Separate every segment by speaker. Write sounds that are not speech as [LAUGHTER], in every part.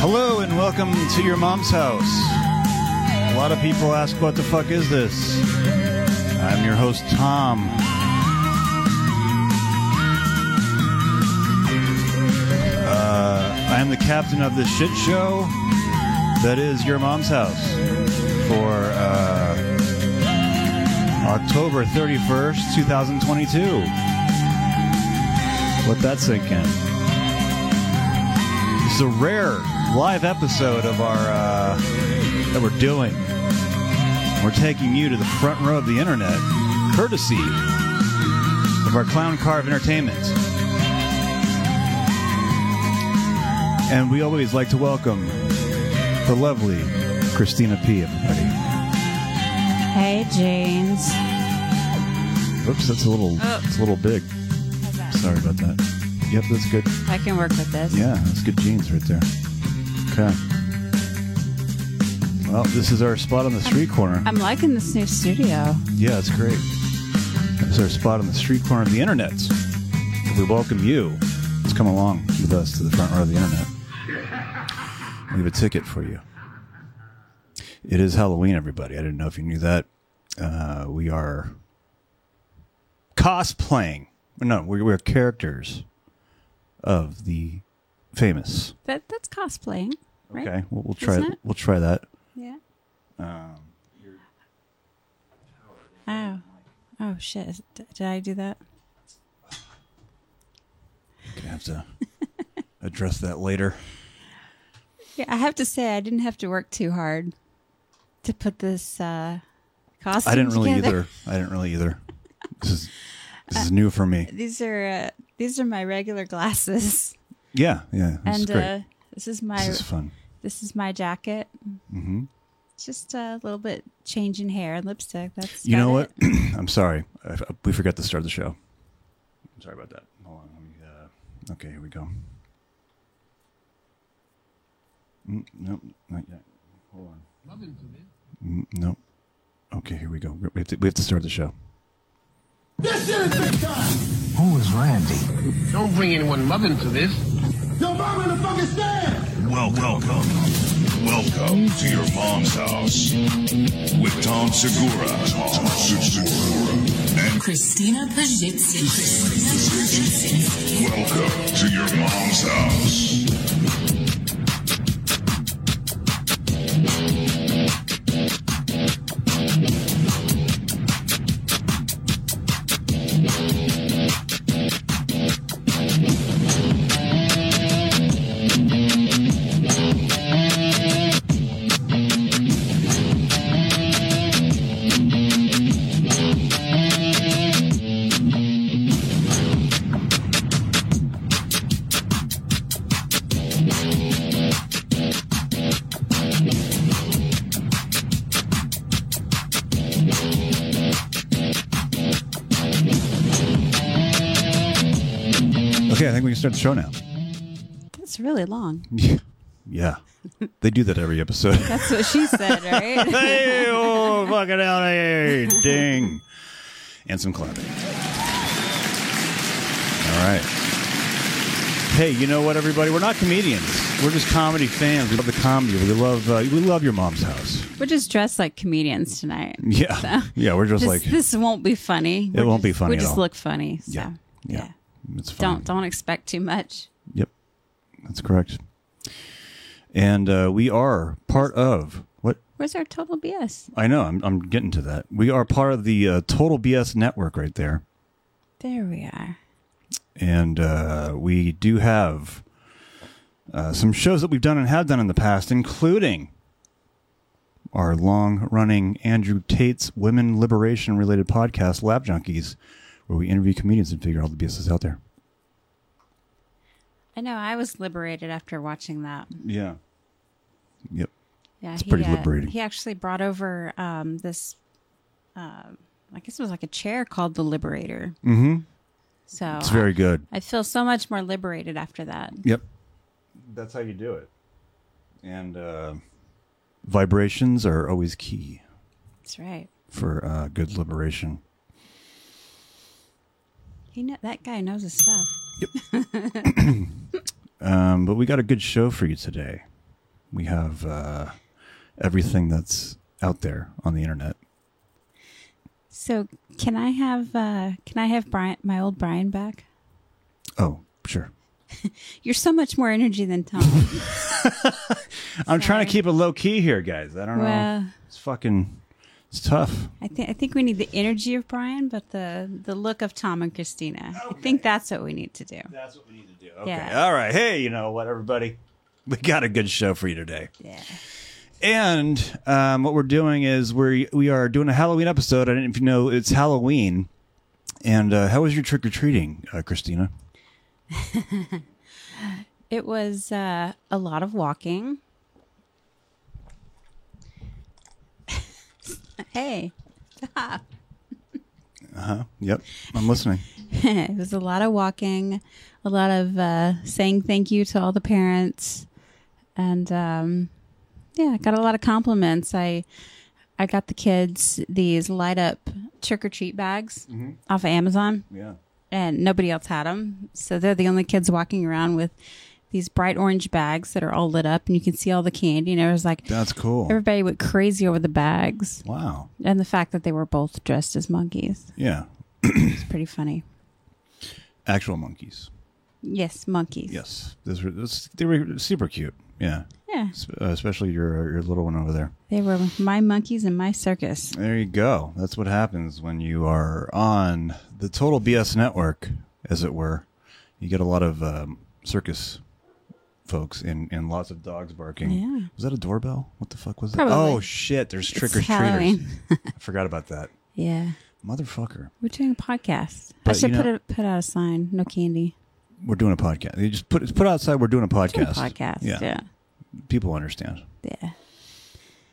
Speaker 1: Hello and welcome to your mom's house. A lot of people ask, what the fuck is this? I'm your host, Tom. Uh, I am the captain of this shit show that is your mom's house for uh, October 31st, 2022. Let that sink in. This is a rare live episode of our uh, that we're doing. We're taking you to the front row of the internet, courtesy of our Clown Carve Entertainment. And we always like to welcome the lovely Christina P. Everybody.
Speaker 2: Hey, James.
Speaker 1: Oops, that's a little, it's a little big. Sorry about that. Yep, that's good.
Speaker 2: I can work with this.
Speaker 1: Yeah, that's good jeans right there. Okay. Well, this is our spot on the street corner.
Speaker 2: I'm liking this new studio.
Speaker 1: Yeah, it's great. This is our spot on the street corner of the internet. If we welcome you, let's come along with us to the front row of the internet. We have a ticket for you. It is Halloween, everybody. I didn't know if you knew that. Uh, we are cosplaying. No, we, we're characters of the famous.
Speaker 2: That that's cosplaying, right?
Speaker 1: Okay, we'll, we'll try.
Speaker 2: Isn't it?
Speaker 1: We'll try that.
Speaker 2: Yeah. Um, oh. Oh shit! Is- d- Did I do that?
Speaker 1: Gonna have
Speaker 2: [LAUGHS]
Speaker 1: to address that later.
Speaker 2: Yeah, I have to say I didn't have to work too hard to put this uh, costume.
Speaker 1: I didn't really
Speaker 2: together. Uh,
Speaker 1: either. I didn't really either. This is this is new for me.
Speaker 2: [LAUGHS] These are uh, these are my regular glasses,
Speaker 1: Yeah, yeah. This is
Speaker 2: and
Speaker 1: great.
Speaker 2: uh, this is my
Speaker 1: this is fun.
Speaker 2: this is my jacket.
Speaker 1: Mhm.
Speaker 2: It's Just a little bit change in hair and lipstick. That's
Speaker 1: You know
Speaker 2: about
Speaker 1: what?
Speaker 2: it.
Speaker 1: [CLEARS THROAT] I'm sorry. I, we forgot to start the show. I'm sorry about that. Hold on. Let me, uh, okay, here we go. Mm, nope, not yet. Hold on. Mm, nope. Okay, here we go. We have, to, we have to start the show.
Speaker 3: This shit is big time.
Speaker 4: Who is Randy?
Speaker 5: Don't bring anyone love into this.
Speaker 3: Yo, mom in the fucking stand.
Speaker 6: Welcome. Welcome. Welcome to your mom's house with Tom Segura. Tom Segura. And
Speaker 7: Christina Pajitsin.
Speaker 6: welcome to your mom's house.
Speaker 1: Okay, I think we can start the show now.
Speaker 2: That's really long.
Speaker 1: Yeah. They do that every episode. [LAUGHS]
Speaker 2: That's what she said, right? [LAUGHS]
Speaker 1: hey, oh, fucking out here. Ding. And some clapping. All right. Hey, you know what, everybody? We're not comedians. We're just comedy fans. We love the comedy. We love uh, we love your mom's house.
Speaker 2: We're just dressed like comedians tonight.
Speaker 1: Yeah, [LAUGHS] yeah. We're just,
Speaker 2: Just-
Speaker 1: like
Speaker 2: this won't be funny. It
Speaker 1: won't be funny
Speaker 2: We
Speaker 1: at
Speaker 2: just
Speaker 1: all.
Speaker 2: look funny. So,
Speaker 1: yeah,
Speaker 2: yeah.
Speaker 1: yeah. It's fun.
Speaker 2: Don't don't expect too much.
Speaker 1: Yep, that's correct. And uh, we are part of what
Speaker 2: Where's our total BS?
Speaker 1: I know. I'm I'm getting to that. We are part of the uh, Total BS Network right there.
Speaker 2: There we are.
Speaker 1: and uh, we do have uh, some shows that we've done and have done in the past, including our long-running Andrew Tate's women liberation-related podcast, Lab Junkies, where we interview comedians and figure out all the BSs out there.
Speaker 2: I know. I was liberated after watching that.
Speaker 1: Yeah. Yep.
Speaker 2: Yeah,
Speaker 1: It's pretty liberating.
Speaker 2: He actually brought over um, this. Um, I guess it was like a chair called the Liberator. Mm-hmm. So
Speaker 1: It's very good.
Speaker 2: I, I feel so much more liberated after that.
Speaker 1: Yep. That's how you do it. And uh, vibrations are always key
Speaker 2: That's right.
Speaker 1: for uh, good liberation.
Speaker 2: He kn- that guy knows his stuff.
Speaker 1: Um, but we got a good show for you today. We have uh, everything that's out there on the internet.
Speaker 2: So can I have uh, can I have Brian my old Brian back?
Speaker 1: Oh, sure.
Speaker 2: You're so much more energy than Tom.
Speaker 1: I'm trying to keep it low key here, guys. I don't know.
Speaker 2: Well-
Speaker 1: It's fucking, it's tough.
Speaker 2: I think I think we need the energy of Brian, but the the look of Tom and Christina. I think that's what we need to do.
Speaker 1: That's what we need to do. Okay.
Speaker 2: Yeah.
Speaker 1: All right. Hey, you know what, everybody? We got a good show for you today.
Speaker 2: Yeah.
Speaker 1: And um, what we're doing is we we are doing a Halloween episode. I didn't if you know it's Halloween. And uh, how was your trick or treating, uh, Christina?
Speaker 2: It was uh, a lot of walking. [LAUGHS] hey,
Speaker 1: Yep, I'm
Speaker 2: [LAUGHS]
Speaker 1: listening.
Speaker 2: it was a lot of walking, a lot of uh, saying thank you to all the parents, and um, yeah, I got a lot of compliments. I I got the kids these light up trick or treat bags off of Amazon.
Speaker 1: Yeah.
Speaker 2: and nobody else had them. So they're the only kids walking around with these bright orange bags that are all lit up, and you can see all the candy. And it was like
Speaker 1: That's cool.
Speaker 2: everybody went crazy over the bags
Speaker 1: wow.
Speaker 2: and the fact that they were both dressed as monkeys.
Speaker 1: Yeah.
Speaker 2: It's pretty funny.
Speaker 1: Actual monkeys.
Speaker 2: Yes, monkeys.
Speaker 1: Yes. Those were, those, they were super cute. Yeah.
Speaker 2: Yeah,
Speaker 1: S- Uh, especially your your little one over there.
Speaker 2: they were my monkeys in my circus.
Speaker 1: There you go. That's what happens when you are on the Total BS network, as it were. You get a lot of um, circus folks and, and lots of dogs barking.
Speaker 2: Yeah.
Speaker 1: Was that a doorbell? What the fuck was that?
Speaker 2: Probably.
Speaker 1: Oh, shit. There's trick or treaters.
Speaker 2: Halloween.
Speaker 1: [LAUGHS]
Speaker 2: [LAUGHS]
Speaker 1: I forgot about that.
Speaker 2: Yeah,
Speaker 1: Motherfucker.
Speaker 2: we're doing a podcast.
Speaker 1: But
Speaker 2: I should
Speaker 1: you know-
Speaker 2: put a, put out a sign: no candy.
Speaker 1: We're doing a podcast. You just put put outside, we're doing a
Speaker 2: Doing a
Speaker 1: podcast.
Speaker 2: Podcast.
Speaker 1: Yeah.
Speaker 2: Yeah.
Speaker 1: People understand.
Speaker 2: yeah.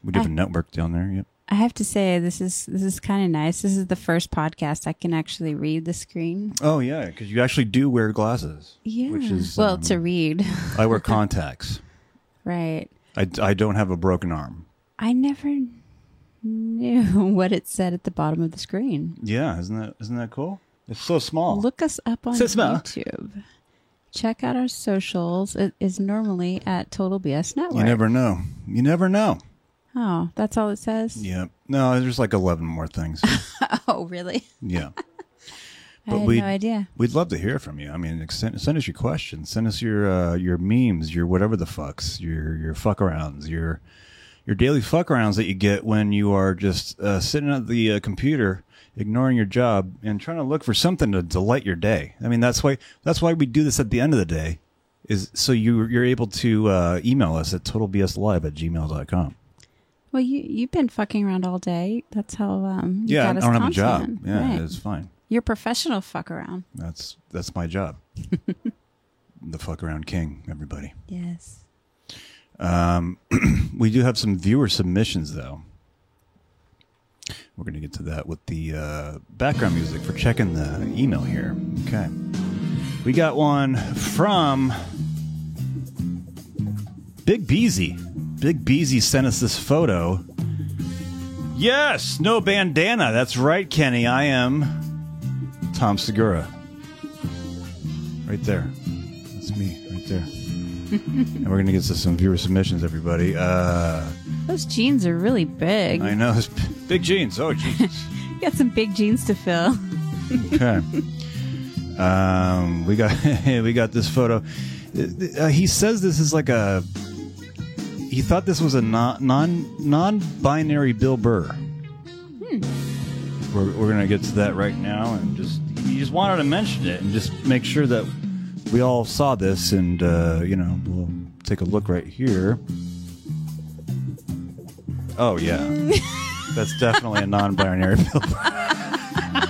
Speaker 1: We do have a network down there. Yep.
Speaker 2: I have to say this is this is kind of nice. This is the first podcast I can actually read the screen.
Speaker 1: Oh, yeah. Because you actually do wear glasses.
Speaker 2: Yeah.
Speaker 1: Which is.
Speaker 2: well,
Speaker 1: um,
Speaker 2: to read, [LAUGHS]
Speaker 1: I wear contacts.
Speaker 2: right?
Speaker 1: I, I don't have a broken arm.
Speaker 2: I never knew [LAUGHS] what it said at the bottom of the screen.
Speaker 1: Yeah, isn't that isn't that cool? It's so small.
Speaker 2: Look us up on
Speaker 1: Says no.
Speaker 2: YouTube. Check out our socials. It is normally at Total BS Network.
Speaker 1: you never know. You never know.
Speaker 2: oh, that's all it says.
Speaker 1: Yeah. No, there's like eleven more things.
Speaker 2: [LAUGHS]
Speaker 1: [LAUGHS]
Speaker 2: Oh, really?
Speaker 1: yeah.
Speaker 2: I had no idea.
Speaker 1: We'd love to hear from you. I mean, ex- send, send us your questions, send us your uh, your memes, your whatever the fucks, your your fuck arounds, your your daily fuck arounds that you get when you are just uh, sitting at the uh, computer, ignoring your job and trying to look for something to delight your day. I mean, that's why that's why we do this at the end of the day, is so you you're able to uh, email us at totalbslive at gmail.com.
Speaker 2: Well, you you've been fucking around all day. That's how um you
Speaker 1: Yeah, I
Speaker 2: got us
Speaker 1: don't have a job.
Speaker 2: consonant.
Speaker 1: Yeah,
Speaker 2: Right.
Speaker 1: it's fine.
Speaker 2: you're a professional fuck around.
Speaker 1: That's that's my
Speaker 2: [LAUGHS]
Speaker 1: job. the fuck around king, everybody.
Speaker 2: Yes.
Speaker 1: We do have some viewer submissions, though. We're going to get to that with the uh, background music for checking the email here. Okay. We got one from Big Beezy. Big Beezy sent us this photo. Yes, no bandana. That's right, Kenny. I am Tom Segura. Right there. That's me, right there. and we're going to get to some viewer submissions, everybody. Uh,
Speaker 2: Those jeans are really big.
Speaker 1: I know. [LAUGHS] It's big jeans. Oh, Jesus.
Speaker 2: You got some big jeans
Speaker 1: [LAUGHS]
Speaker 2: to fill.
Speaker 1: Okay. um, we got [LAUGHS] we got this photo. Uh, he says this is like a. He thought this was a non non non binary Bill Burr. We're, we're gonna get to that right now, and just he just wanted to mention it and just make sure that we all saw this, and uh, you know we'll take a look right here. Oh yeah, that's definitely a non-binary Bill Burr.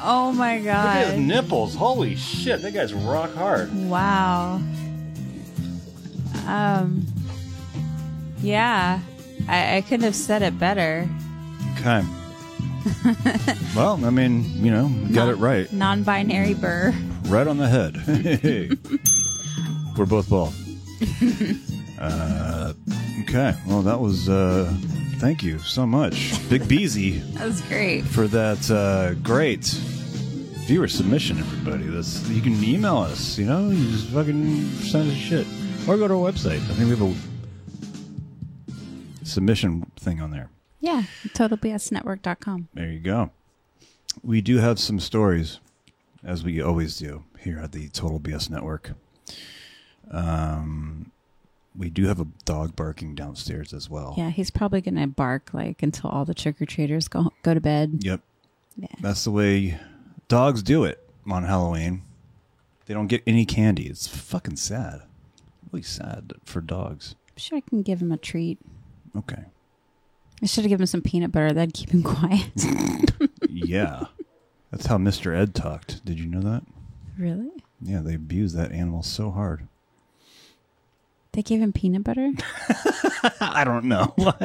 Speaker 2: Oh my
Speaker 1: Look at his
Speaker 2: god.
Speaker 1: nipples. Holy shit, that guy's rock hard.
Speaker 2: Wow. Um Yeah. I, I couldn't have said it better.
Speaker 1: Okay. well, I mean, you know, you got it right.
Speaker 2: Non binary burr. [LAUGHS]
Speaker 1: Right on the head. [LAUGHS] We're both bald. uh, okay. Well, that was, uh, thank you so much, Big Beezy,
Speaker 2: That was great.
Speaker 1: for that uh, great viewer submission, everybody. That's You can email us, you know, you just fucking send us shit. Or go to our website. I think we have a submission thing on there.
Speaker 2: Yeah, totalbsnetwork.com.
Speaker 1: There you go. We do have some stories, as we always do here at the Total BS Network. Um, we do have a dog barking downstairs as well.
Speaker 2: Yeah, he's probably going to bark like until all the trick or treaters go go to bed.
Speaker 1: Yep. That's the way dogs do it on Halloween. They don't get any candy. It's fucking sad. Really sad for dogs.
Speaker 2: I'm sure I can give him a treat.
Speaker 1: Okay.
Speaker 2: I should have given him some peanut butter. That'd keep him [LAUGHS] quiet.
Speaker 1: [LAUGHS] Yeah. That's how Mr. Ed talked. Did you know that?
Speaker 2: really?
Speaker 1: Yeah, they abused that animal so hard.
Speaker 2: They gave him
Speaker 1: [LAUGHS]
Speaker 2: peanut butter?
Speaker 1: I don't know.
Speaker 2: Wait,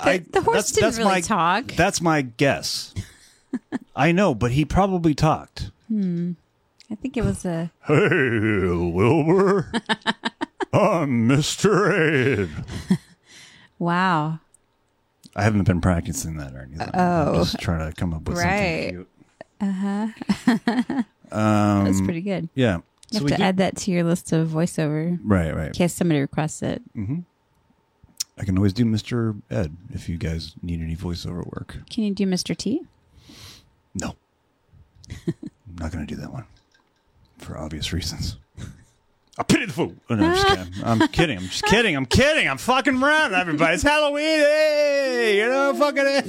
Speaker 2: the,
Speaker 1: I-
Speaker 2: the
Speaker 1: that's-
Speaker 2: horse didn't
Speaker 1: that's
Speaker 2: really
Speaker 1: my-
Speaker 2: talk.
Speaker 1: That's my
Speaker 2: [LAUGHS]
Speaker 1: guess. I know, but he probably talked.
Speaker 2: I think it was a.
Speaker 1: Hey, [LAUGHS] Wilbur. I'm Mr. Ed.
Speaker 2: Wow.
Speaker 1: I haven't been practicing that or anything. I'm just trying to come up with
Speaker 2: Oh. Right.
Speaker 1: something cute.
Speaker 2: That's pretty good.
Speaker 1: Yeah.
Speaker 2: You
Speaker 1: Um, So
Speaker 2: have
Speaker 1: we
Speaker 2: to
Speaker 1: do-
Speaker 2: add that to your list of voiceover in
Speaker 1: right, right.
Speaker 2: case somebody requests it.
Speaker 1: I can always do Mr. Ed if you guys need any voiceover work.
Speaker 2: Can you do Mr. T?
Speaker 1: No. I'm not going to do that one for obvious reasons. I pity the fool. Oh, no, I'm, just kidding. I'm kidding. I'm just kidding. I'm kidding. I'm fucking around, everybody. It's Halloween. Hey, you know, fucking. Hey,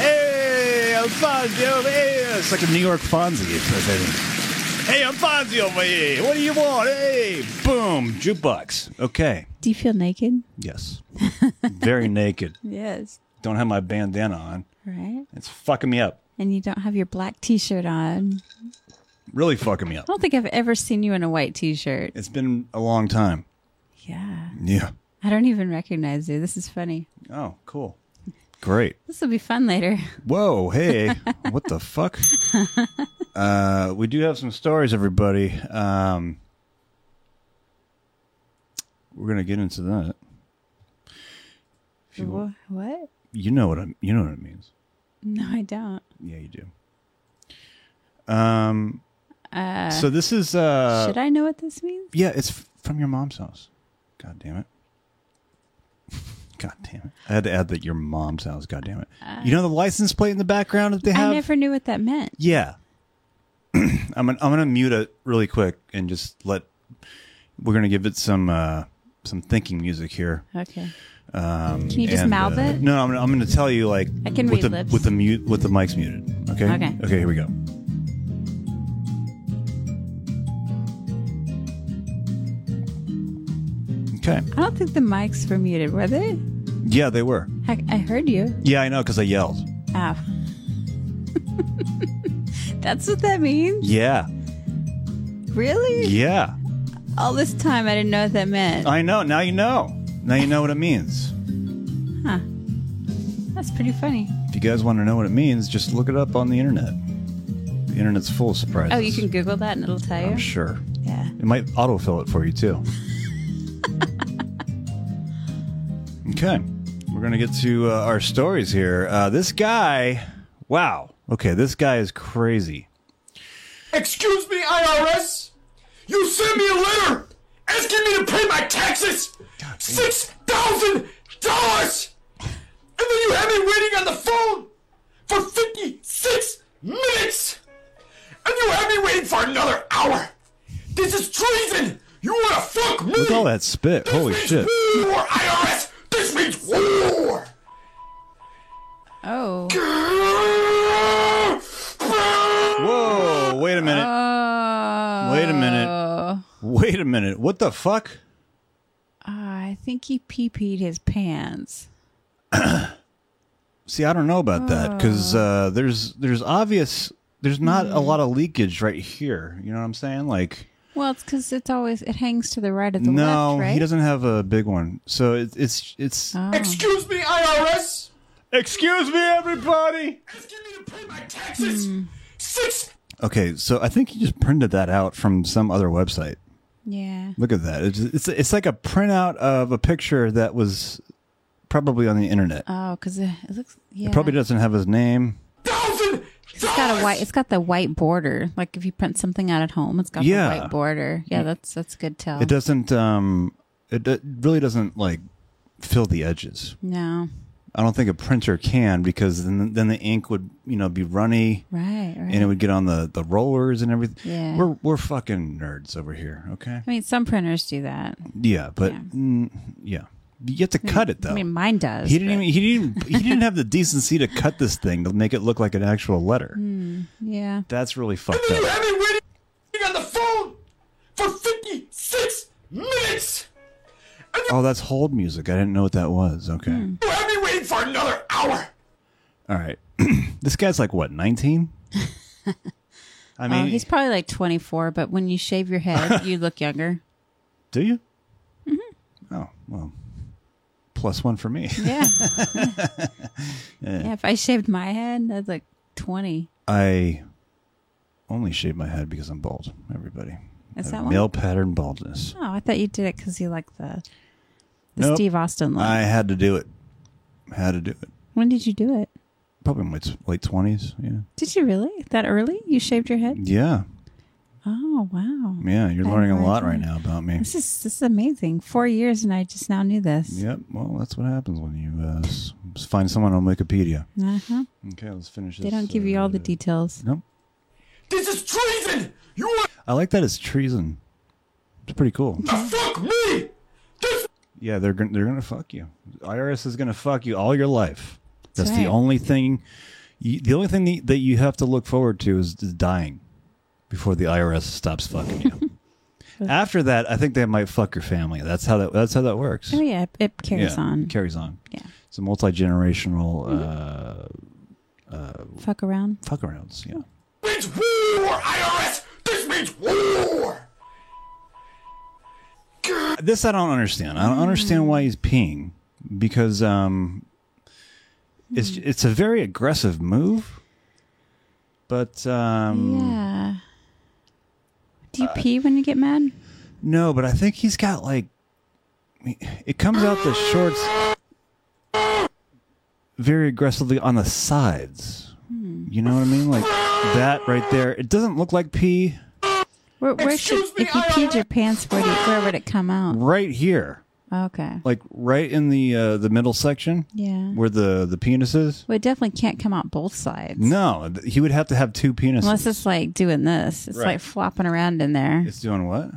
Speaker 1: hey I'm Fonzie over here. It's like a New York Fonzie. It's like that. Hey, I'm Fonzie over here. What do you want? Hey, boom, jukebox. Okay.
Speaker 2: Do you feel naked?
Speaker 1: Yes. Very naked.
Speaker 2: Yes.
Speaker 1: Don't have my bandana on.
Speaker 2: Right?
Speaker 1: It's fucking me up.
Speaker 2: And you don't have your black t shirt on.
Speaker 1: Really fucking me up.
Speaker 2: I don't think I've ever seen you in a white t shirt.
Speaker 1: It's been a long time.
Speaker 2: Yeah.
Speaker 1: Yeah.
Speaker 2: I don't even recognize you. This is funny.
Speaker 1: Oh, cool. Great.
Speaker 2: This will be fun later.
Speaker 1: Whoa, hey. what the fuck? Uh, we do have some stories, everybody. Um, we're gonna get into that. If you, want-
Speaker 2: Wha- What?
Speaker 1: you know what I you know what it means.
Speaker 2: No, I don't.
Speaker 1: Yeah, you do. Um. so this is uh.
Speaker 2: Should I know what this means?
Speaker 1: Yeah, it's f- from your mom's house. God damn it. [LAUGHS] God damn it. I had to add that your mom's house. God damn it. you know the license plate in the background that they have?
Speaker 2: Uh, I never knew what that meant.
Speaker 1: yeah. [CLEARS THROAT] I'm gonna, I'm going to mute it really quick and just let we're going to give it some uh some thinking music here.
Speaker 2: Okay. Can you just
Speaker 1: And,
Speaker 2: mouth
Speaker 1: uh,
Speaker 2: it?
Speaker 1: No, I'm gonna, I'm going to tell you like
Speaker 2: I can
Speaker 1: with
Speaker 2: read
Speaker 1: the
Speaker 2: lips.
Speaker 1: with the mute with the mics muted. Okay?
Speaker 2: Okay.
Speaker 1: Okay, here we go. Okay.
Speaker 2: I don't think the mics were muted, were they?
Speaker 1: Yeah, they were.
Speaker 2: I, I heard you.
Speaker 1: Yeah, I know because I yelled.
Speaker 2: Ow. [LAUGHS] That's what that means?
Speaker 1: Yeah,
Speaker 2: Really?
Speaker 1: yeah. Uh,
Speaker 2: All this time I didn't know what that meant.
Speaker 1: I know. Now you know. Now you know what it means.
Speaker 2: That's pretty funny.
Speaker 1: If you guys want to know what it means, just look it up on the internet. The internet's full of surprises.
Speaker 2: Oh, you can Google that and it'll tell you?
Speaker 1: I'm sure.
Speaker 2: Yeah.
Speaker 1: It might autofill it for you
Speaker 2: [LAUGHS]
Speaker 1: too. okay, we're gonna get to uh, our stories here. Uh, this guy, wow. Okay, this guy is crazy.
Speaker 4: Excuse me, IRS? You sent me a letter asking me to pay my taxes! Six thousand dollars! And then you had me waiting on the phone for fifty-six minutes! And you had me waiting for another hour! This is treason! You wanna fuck me!
Speaker 1: Look at all that spit.
Speaker 4: This
Speaker 1: Holy
Speaker 4: means
Speaker 1: shit.
Speaker 4: War, IRS! This means war!
Speaker 2: Oh.
Speaker 1: Whoa! Wait a minute.
Speaker 2: Oh.
Speaker 1: Wait a minute. Wait a minute. What the fuck?
Speaker 2: I think he pee-peed his pants.
Speaker 1: See, I don't know about that because uh, there's there's obvious there's not a lot of leakage right here. You know what I'm saying? Like,
Speaker 2: Well, it's because it's always, it hangs to the right of the
Speaker 1: no,
Speaker 2: left, right? Oh.
Speaker 1: he doesn't have a big one. So it, it's it's.
Speaker 4: Excuse me, IRS?
Speaker 1: Excuse me, everybody.
Speaker 4: Asking me to pay my taxes!
Speaker 2: Hmm.
Speaker 4: Six
Speaker 1: Okay, so I think he just printed that out from some other website.
Speaker 2: Yeah.
Speaker 1: Look at that. It's it's, it's like a printout of a picture that was probably on the internet.
Speaker 2: Oh, because Oh, it, it looks, yeah.
Speaker 1: Probably doesn't have his name.
Speaker 4: thousand
Speaker 2: It's got a white. It's got the white border. Like if you print something out at home, it's got
Speaker 1: Yeah.
Speaker 2: the white border. Yeah, that's that's a good tell.
Speaker 1: It doesn't. Um, it, it really doesn't like fill the edges.
Speaker 2: No,
Speaker 1: I don't think a printer can because then then the ink would you know be runny
Speaker 2: right, right.
Speaker 1: and it would get on the the rollers and everything.
Speaker 2: Yeah.
Speaker 1: We're we're fucking nerds over here. Okay.
Speaker 2: I mean, some printers do that.
Speaker 1: Yeah, but
Speaker 2: Yeah.
Speaker 1: mm, yeah, you have to cut it though.
Speaker 2: I mean, mine does.
Speaker 1: he didn't
Speaker 2: but-
Speaker 1: even he didn't he didn't
Speaker 2: [LAUGHS]
Speaker 1: have the decency to cut this thing to make it look like an actual letter.
Speaker 2: Hmm. Yeah.
Speaker 1: That's really
Speaker 4: And
Speaker 1: fucked
Speaker 4: then you
Speaker 1: up.
Speaker 4: had me waiting on the phone for 56 minutes.
Speaker 1: Oh, that's hold music. I didn't know what that was. Okay.
Speaker 2: Hmm.
Speaker 4: You had me waiting for another hour.
Speaker 1: All right. [CLEARS THROAT] this guy's like what,
Speaker 2: [LAUGHS]
Speaker 1: 19? I
Speaker 2: Oh,
Speaker 1: mean,
Speaker 2: he's probably like 24, but when you shave
Speaker 1: [LAUGHS]
Speaker 2: your head, you look younger.
Speaker 1: do you?
Speaker 2: Mm-hmm.
Speaker 1: Oh, well. Plus one for me. [LAUGHS]
Speaker 2: Yeah. yeah. If I shaved my head, that's like 20.
Speaker 1: I only shave my head because I'm bald, everybody. I
Speaker 2: Is
Speaker 1: have
Speaker 2: that why?
Speaker 1: male pattern baldness.
Speaker 2: Oh, I thought you did it because you like the, the
Speaker 1: Nope.
Speaker 2: Steve Austin look.
Speaker 1: I had to do it. Had to do it.
Speaker 2: when did you do it?
Speaker 1: Probably in my t- late 20s. Yeah.
Speaker 2: Did you really? That early? You shaved your head?
Speaker 1: Yeah.
Speaker 2: Oh, wow.
Speaker 1: Yeah. You're
Speaker 2: I
Speaker 1: learning a
Speaker 2: know, I
Speaker 1: lot
Speaker 2: do.
Speaker 1: right now about me.
Speaker 2: This is this is amazing. Four years and I just now knew this.
Speaker 1: Yep. Well, that's what happens when you uh, s- find someone on Wikipedia.
Speaker 2: Uh-huh.
Speaker 1: Okay, let's finish this.
Speaker 2: They don't give you all the
Speaker 1: uh,
Speaker 2: details.
Speaker 1: No.
Speaker 4: This is treason. You want
Speaker 1: I like that it's treason. It's pretty cool.
Speaker 4: to fuck me? This
Speaker 1: Yeah, they're gonna, they're gonna fuck you. IRS is gonna fuck you all your life. That's,
Speaker 2: right.
Speaker 1: the only thing. You, the only thing that- that you have to look forward to is dying before the IRS stops fucking
Speaker 2: [LAUGHS]
Speaker 1: you. [LAUGHS] After that, I think they might fuck your family. That's how that that's how that works.
Speaker 2: Oh, yeah. It carries
Speaker 1: yeah,
Speaker 2: on.
Speaker 1: Carries on.
Speaker 2: Yeah. Mm-hmm.
Speaker 1: It's a multi generational uh,
Speaker 2: Fuck around.
Speaker 1: fuck arounds. Yeah.
Speaker 4: means war, IRS. This means war.
Speaker 1: This I don't understand. I don't understand why he's peeing because um, it's it's a very aggressive move. But um,
Speaker 2: Yeah. Do you
Speaker 1: Uh,
Speaker 2: pee when you get mad?
Speaker 1: no, but I think he's got like it comes out the shorts very aggressively on the sides. You know what I mean? Like that right there. It doesn't look like pee
Speaker 2: Where, where should,
Speaker 4: Excuse me,
Speaker 2: if you
Speaker 4: I-
Speaker 2: peed your pants, where, do you, where would it come out?
Speaker 1: right here,
Speaker 2: Okay.
Speaker 1: like right in the uh, the middle section
Speaker 2: Yeah.
Speaker 1: where the the penis is.
Speaker 2: Well, it definitely can't come out both sides.
Speaker 1: No, th- he would have to have two penises.
Speaker 2: Unless it's like doing this. It's
Speaker 1: Right.
Speaker 2: like flopping around in there.
Speaker 1: It's doing what?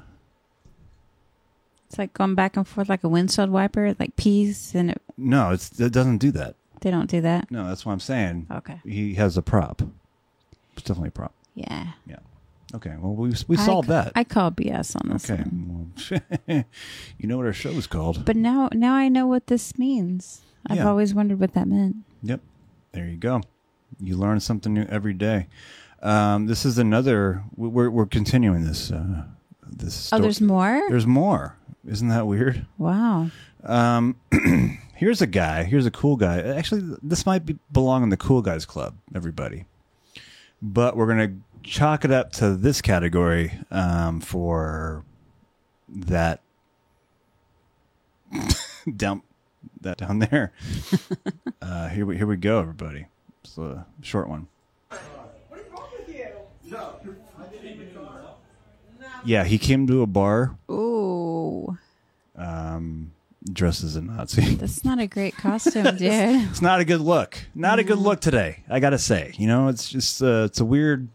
Speaker 2: It's like going back and forth like a windshield wiper, It, like pees, and it,
Speaker 1: No, it's, it doesn't do that.
Speaker 2: they don't do that.
Speaker 1: No, that's what I'm saying.
Speaker 2: Okay.
Speaker 1: He has a prop. It's definitely a prop.
Speaker 2: Yeah.
Speaker 1: Yeah. Okay. Well, we we
Speaker 2: I
Speaker 1: solved
Speaker 2: ca-
Speaker 1: that.
Speaker 2: I call BS on this
Speaker 1: okay.
Speaker 2: one.
Speaker 1: Well, [LAUGHS] you know what our show is called.
Speaker 2: But now, now I know what this means. I've
Speaker 1: Yeah.
Speaker 2: always wondered what that meant.
Speaker 1: yep. There you go. You learn something new every day. Um, this is another. we- We're we're continuing this. Uh, this.
Speaker 2: Oh,
Speaker 1: sto-
Speaker 2: there's more?
Speaker 1: There's more. Isn't that weird?
Speaker 2: wow.
Speaker 1: here's a guy here's a cool guy actually this might be belong in the cool guys club everybody but we're gonna chalk it up to this category um, for that [LAUGHS] dump that down there uh, here we here we go everybody it's a short one yeah he came to a bar
Speaker 2: Ooh.
Speaker 1: dressed as a [LAUGHS] nazi
Speaker 2: That's not a great [LAUGHS] costume, dude.
Speaker 1: It's not a good look. Not a good
Speaker 2: Mm.
Speaker 1: look today. I gotta say, you know, it's just uh, it's a weird,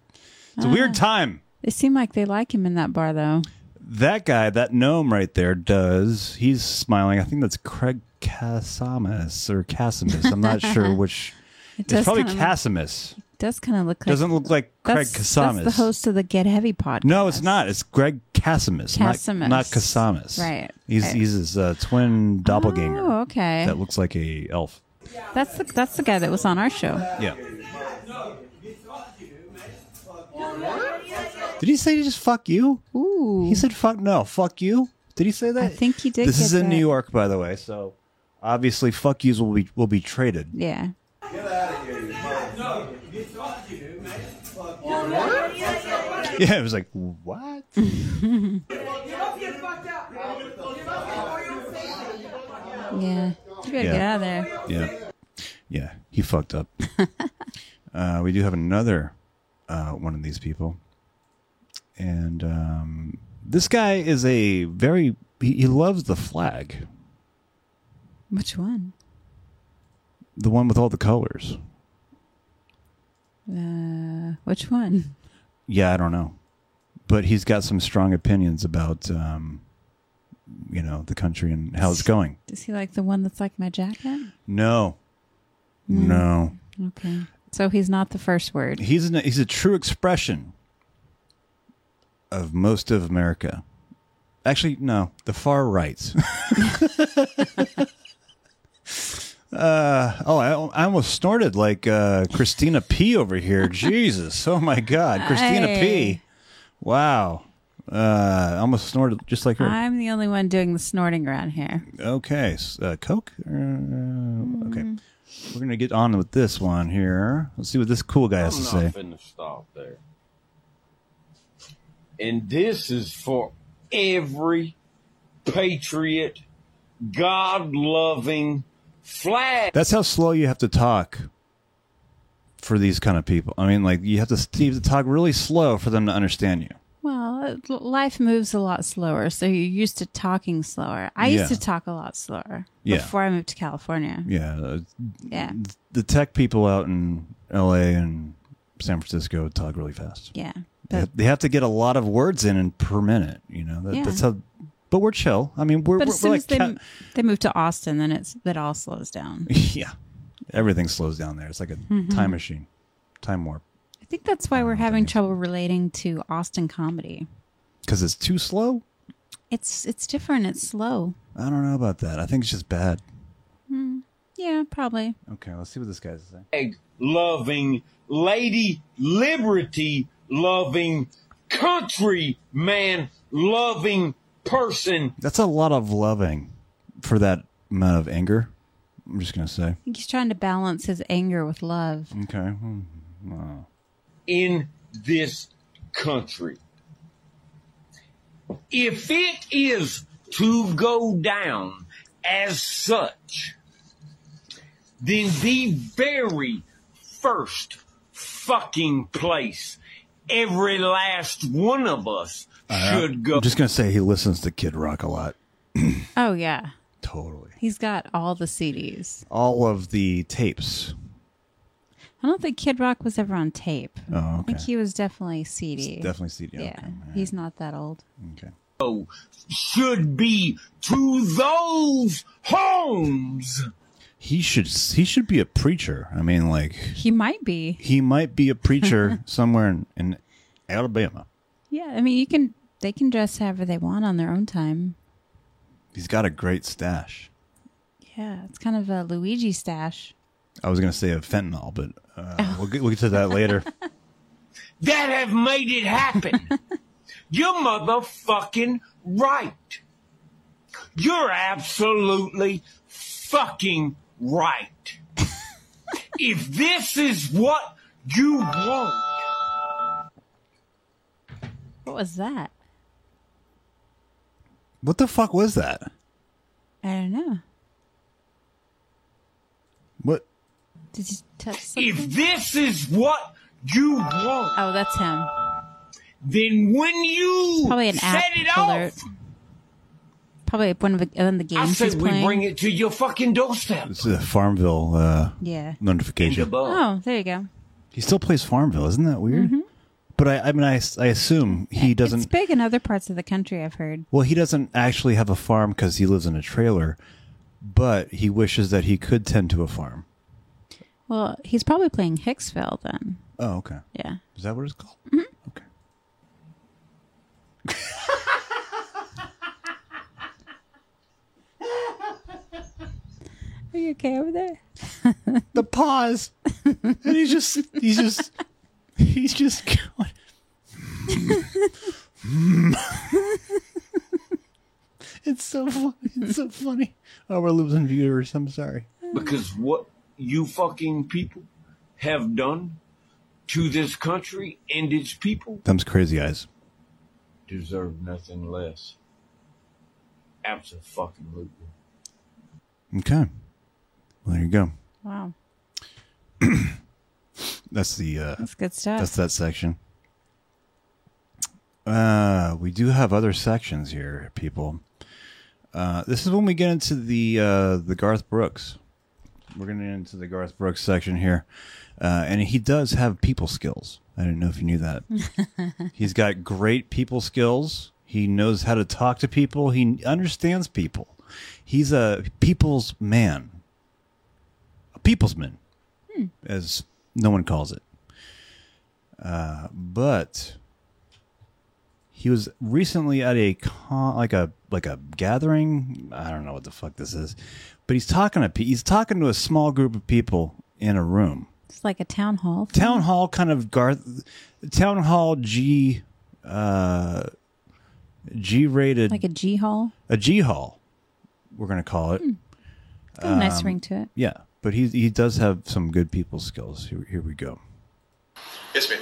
Speaker 1: it's a
Speaker 2: Ah.
Speaker 1: weird time.
Speaker 2: They seem like they like him in that bar, though.
Speaker 1: That guy, that gnome right there, does. He's smiling. I think that's Craig Casimus or Casimus. I'm not
Speaker 2: [LAUGHS]
Speaker 1: sure which.
Speaker 2: does
Speaker 1: it's probably
Speaker 2: kinda look-
Speaker 1: Casimus.
Speaker 2: Does kind of look like
Speaker 1: Doesn't look like Craig
Speaker 2: that's,
Speaker 1: Casimus.
Speaker 2: that's the host of the Get Heavy podcast.
Speaker 1: No, it's not. It's Greg Casimus, not
Speaker 2: Casimus.
Speaker 1: not Casimus.
Speaker 2: Right,
Speaker 1: He's
Speaker 2: right.
Speaker 1: he's his uh, twin doppelganger.
Speaker 2: Oh, okay.
Speaker 1: That looks like a elf.
Speaker 2: That's the that's the guy that was on our show.
Speaker 1: Yeah. Did he say he just fuck you?
Speaker 2: Ooh,
Speaker 1: He said fuck no, fuck you. Did he say that?
Speaker 2: I think he did
Speaker 1: This
Speaker 2: get
Speaker 1: is in
Speaker 2: that.
Speaker 1: New York, by the way, so obviously fuck yous will be will be traded. [LAUGHS]
Speaker 2: yeah.
Speaker 1: Yeah, it was like what?
Speaker 2: Yeah. You better
Speaker 1: Yeah.
Speaker 2: get out of there. [LAUGHS]
Speaker 1: Yeah, yeah, he fucked up. uh, we do have another uh, one of these people. And um, this guy is a very, he, he loves the flag,
Speaker 2: Which one?
Speaker 1: the one with all the colors.
Speaker 2: Uh, which one?
Speaker 1: Yeah, I don't know. But he's got some strong opinions about, um, you know, the country and how it's going.
Speaker 2: Does he like the one that's like my jacket?
Speaker 1: No. No.
Speaker 2: Okay. So he's not the first word.
Speaker 1: He's an, he's a true expression of most of America. Actually, no, the far right. [LAUGHS] uh, oh, I, I almost snorted like uh, Christina P over here. Jesus, oh my God, Christina P.
Speaker 2: Hey.
Speaker 1: Wow, uh, I almost snorted just like her.
Speaker 2: I'm the only one doing the snorting around here.
Speaker 1: Okay, s- uh, Coke. Uh, okay, we're gonna get on with this one here. Let's see what this cool guy has to
Speaker 7: I'm
Speaker 1: say.
Speaker 7: not finna stop there. And this is for every patriot, God loving flag.
Speaker 1: That's how slow you have to talk for these kind of people. I mean, like you have to you have to talk really slow for them to understand you.
Speaker 2: Well, it- l- life moves a lot slower, so you're used to talking slower. I used
Speaker 1: Yeah.
Speaker 2: to talk a lot slower
Speaker 1: Yeah.
Speaker 2: before I moved to California.
Speaker 1: Yeah, uh,
Speaker 2: Yeah.
Speaker 1: the tech people out in L.A. and San Francisco talk really fast.
Speaker 2: Yeah.
Speaker 1: They
Speaker 2: But,
Speaker 1: have, they have to get a lot of words in in per minute. You know, that,
Speaker 2: Yeah.
Speaker 1: that's how. But we're chill. I mean, we're,
Speaker 2: but
Speaker 1: we're,
Speaker 2: as
Speaker 1: we're
Speaker 2: soon
Speaker 1: like
Speaker 2: as they,
Speaker 1: cat-
Speaker 2: m- they move to Austin, then it's that all
Speaker 1: [LAUGHS]
Speaker 2: slows down.
Speaker 1: yeah, everything slows down there. It's like a
Speaker 2: Mm-hmm.
Speaker 1: time machine, time warp,
Speaker 2: I think that's
Speaker 1: Oh,
Speaker 2: why we're having trouble relating to Austin comedy.
Speaker 1: because it's too slow.
Speaker 2: It's it's different. It's slow.
Speaker 1: I don't know about that. I think it's just bad.
Speaker 2: Yeah, probably.
Speaker 1: Okay, let's see what this guy's saying.
Speaker 7: loving, lady liberty loving, country man loving person.
Speaker 1: That's a lot of loving for that amount of anger. I'm just gonna say.
Speaker 2: I think he's trying to balance his anger with love.
Speaker 1: Okay. hmm.
Speaker 7: in this country. If it is to go down as such, then the very first fucking place every last one of us should go
Speaker 1: I'm just gonna say he listens to Kid Rock a lot.
Speaker 2: Oh yeah,
Speaker 1: Totally.
Speaker 2: he's got all the CDs.
Speaker 1: All of the tapes.
Speaker 2: I don't think Kid Rock was ever on tape.
Speaker 1: Oh,
Speaker 2: I think
Speaker 1: okay.
Speaker 2: he was definitely CD.
Speaker 1: Definitely CD.
Speaker 2: yeah,
Speaker 1: Okay. all right,
Speaker 2: he's not that old.
Speaker 1: okay.
Speaker 7: should be to those homes.
Speaker 1: He should. He should be a preacher. I mean, like
Speaker 2: He might be.
Speaker 1: he might be a
Speaker 2: [LAUGHS]
Speaker 1: preacher somewhere in, in Alabama.
Speaker 2: Yeah, I mean, you can. They can dress however they want on their own time.
Speaker 1: He's got a great stash.
Speaker 2: Yeah, it's kind of a Luigi stash.
Speaker 1: I was gonna say a fentanyl, but
Speaker 2: Oh.
Speaker 1: uh, we'll, get, we'll get to that
Speaker 2: [LAUGHS]
Speaker 1: later.
Speaker 7: that have made it happen. You're motherfucking right. You're absolutely fucking
Speaker 2: [LAUGHS]
Speaker 7: right. if this is what you want,
Speaker 2: What was that?
Speaker 1: what the fuck was that?
Speaker 2: I don't know.
Speaker 1: What?
Speaker 2: Did you touch something?
Speaker 7: if this is what you want,
Speaker 2: Oh, that's him.
Speaker 7: then when you
Speaker 2: Probably an app
Speaker 7: set it
Speaker 2: alert.
Speaker 7: off,
Speaker 2: Probably one of the, one of the
Speaker 7: I
Speaker 2: games
Speaker 7: said
Speaker 2: he's
Speaker 7: we
Speaker 2: playing.
Speaker 7: bring it to your fucking doorstep.
Speaker 1: This is a Farmville uh,
Speaker 2: Yeah.
Speaker 7: In the
Speaker 1: notification.
Speaker 7: bug.
Speaker 2: Oh, there you go.
Speaker 1: He still plays Farmville, isn't that weird? But I, I mean, I, I assume he
Speaker 2: Mm-hmm. It's
Speaker 1: doesn't.
Speaker 2: big in other parts of the country. I've heard.
Speaker 1: Well, he doesn't actually have a farm because he lives in a trailer, but he wishes that he could tend to a farm.
Speaker 2: Well, he's probably playing Hicksville then.
Speaker 1: Oh, okay.
Speaker 2: Yeah. Mm-hmm.
Speaker 1: Is that what it's called? Okay.
Speaker 2: Are you okay over there?
Speaker 1: The pause, [LAUGHS] and he's just, he's just, he's just going. [LAUGHS] it's so funny. It's so funny. Oh, we're losing viewers. I'm sorry.
Speaker 7: because what you fucking people have done to this country and its people
Speaker 1: Them's crazy eyes.
Speaker 7: deserve nothing less. Absolutely.
Speaker 1: Okay. Well, there you go.
Speaker 2: Wow.
Speaker 1: That's the uh,
Speaker 2: That's good stuff.
Speaker 1: that's that section. Uh, we do have other sections here, people. Uh, this is when we get into the uh, the Garth Brooks. We're gonna get into the Garth Brooks section here, uh, and he does have people skills. I didn't know if you knew that. He's got great people skills. He knows how to talk to people. He understands people. He's a people's man, a people's man, as no one calls it but he was recently at a con, like a like a gathering. I don't know what the fuck this is, but he's talking to pe- he's talking to a small group of people in a room.
Speaker 2: it's like a town hall.
Speaker 1: Town hall kind of Garth, town hall G, uh, G rated
Speaker 2: like a G hall.
Speaker 1: a G hall. We're gonna call it.
Speaker 2: It's got a nice ring to it.
Speaker 1: Yeah, but he he does have some good people skills. Here, here we go.
Speaker 8: Yes, ma'am.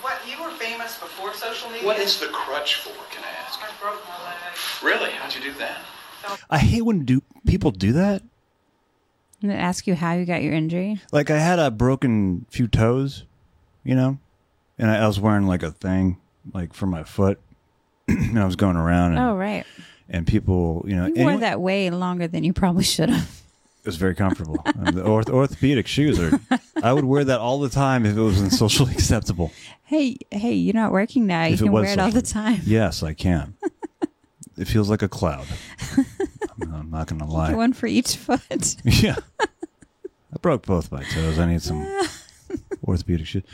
Speaker 9: What, you were famous before social media?
Speaker 8: What is the crutch for, can I ask?
Speaker 9: I broke my
Speaker 8: [LAUGHS]
Speaker 9: leg.
Speaker 8: Really? How'd you do that?
Speaker 1: I hate when do people do that.
Speaker 2: And they ask you how you got your injury.
Speaker 1: like I had a broken few toes, you know, and I, I was wearing like a thing like for my foot, [CLEARS THROAT] and I was going around and,
Speaker 2: Oh right,
Speaker 1: and people, you know,
Speaker 2: you wore
Speaker 1: anyone-
Speaker 2: that way longer than you probably should have.
Speaker 1: it was very comfortable. [LAUGHS] And the orth- orthopedic shoes are. I would wear that all the time if it was not socially [LAUGHS] acceptable.
Speaker 2: [LAUGHS] Hey, hey, you're not working now. You
Speaker 1: if
Speaker 2: can
Speaker 1: was
Speaker 2: wear it all the
Speaker 1: socially-
Speaker 2: time.
Speaker 1: Yes, I
Speaker 2: [LAUGHS]
Speaker 1: can. it feels like a cloud. I'm, I'm not gonna lie.
Speaker 2: [LAUGHS] One for
Speaker 1: [LAUGHS]
Speaker 2: each foot.
Speaker 1: Yeah. I broke both my toes. I need some orthopedic shit.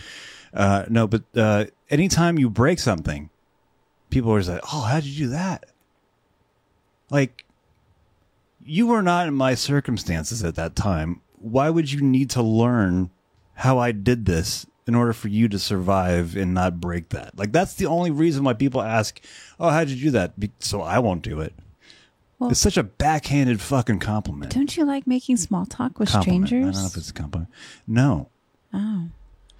Speaker 1: Uh, no, but uh, anytime you break something, people are always like, oh, how'd you do that? Like, you were not in my circumstances at that time. Why would you need to learn how I did this in order for you to survive and not break that? Like, that's the only reason why people ask, oh, how'd you do that? Be- so I won't do it.
Speaker 2: Well-
Speaker 1: it's such a backhanded fucking compliment
Speaker 2: Don't you like making small talk with
Speaker 1: compliment. I don't know if
Speaker 2: strangers?
Speaker 1: it's a compliment. No,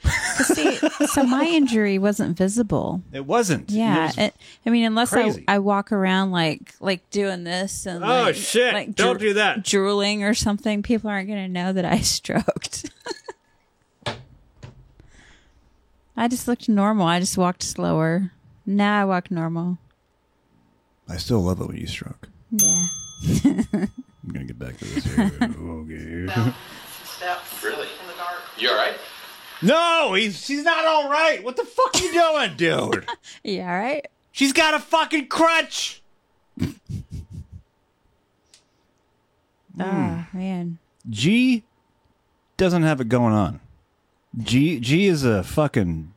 Speaker 2: 'Cause See,
Speaker 1: [LAUGHS]
Speaker 2: so my injury wasn't visible.
Speaker 1: it wasn't. It
Speaker 2: Yeah,
Speaker 1: was-
Speaker 2: it, I mean, unless I,
Speaker 1: crazy.
Speaker 2: I walk around like like doing this and
Speaker 4: Oh,
Speaker 2: like-
Speaker 4: shit.
Speaker 2: like
Speaker 4: Don't
Speaker 2: dro-
Speaker 4: do that.
Speaker 2: drooling or something, people aren't going to know that I [LAUGHS] stroked. I just looked normal. I just walked slower. Now I walk normal.
Speaker 1: I still love it when you stroke.
Speaker 2: Yeah,
Speaker 1: I'm gonna get back to this.
Speaker 2: [LAUGHS]
Speaker 1: Here. okay.
Speaker 9: Down some steps.
Speaker 8: Really?
Speaker 9: In the dark.
Speaker 8: You all right?
Speaker 4: No, he's she's not all right. What the fuck you doing, dude?
Speaker 2: yeah, all right.
Speaker 4: She's got a fucking crutch.
Speaker 2: Oh man,
Speaker 1: G doesn't have it going on. G G is a fucking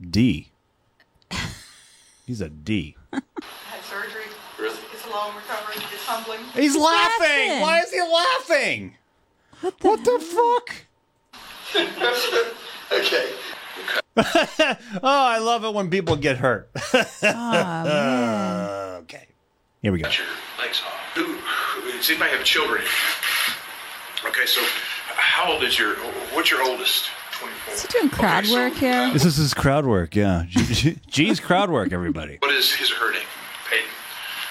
Speaker 2: [LAUGHS]
Speaker 1: D. He's a D.
Speaker 9: Had surgery.
Speaker 8: Really?
Speaker 9: It's a long recovery. It's humbling.
Speaker 1: He's laughing.
Speaker 2: laughing.
Speaker 1: Why is he laughing? What the, fuck?
Speaker 8: Okay.
Speaker 1: Oh, I love it when people get hurt. [LAUGHS] okay. Here we go.
Speaker 8: Legs off. Ooh, see if I have children. Okay, so how old is your, what's your oldest? 24.
Speaker 2: is he doing crowd
Speaker 8: Okay, so, uh,
Speaker 2: work here?
Speaker 1: This is his crowd work. Yeah, G, G, [LAUGHS] G's crowd work. Everybody.
Speaker 8: What is his her name? Peyton.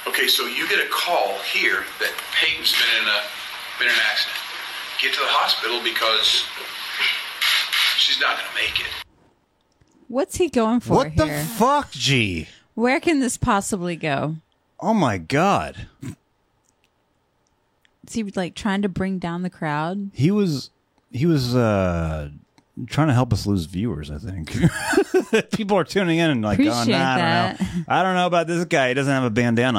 Speaker 8: Okay, so you get a call here that Peyton's been in a been in an accident. Get to the hospital because she's not gonna make it.
Speaker 2: What's he going for
Speaker 1: What
Speaker 2: here?
Speaker 1: the fuck, G?
Speaker 2: Where can this possibly go?
Speaker 1: Oh my god.
Speaker 2: Is he like trying to bring down the crowd?
Speaker 1: He was he was uh trying to help us lose viewers, I think. [LAUGHS] People are tuning in and like, oh,
Speaker 2: Appreciate
Speaker 1: nah, I
Speaker 2: that.
Speaker 1: don't know. I don't know about this guy. He doesn't have a bandana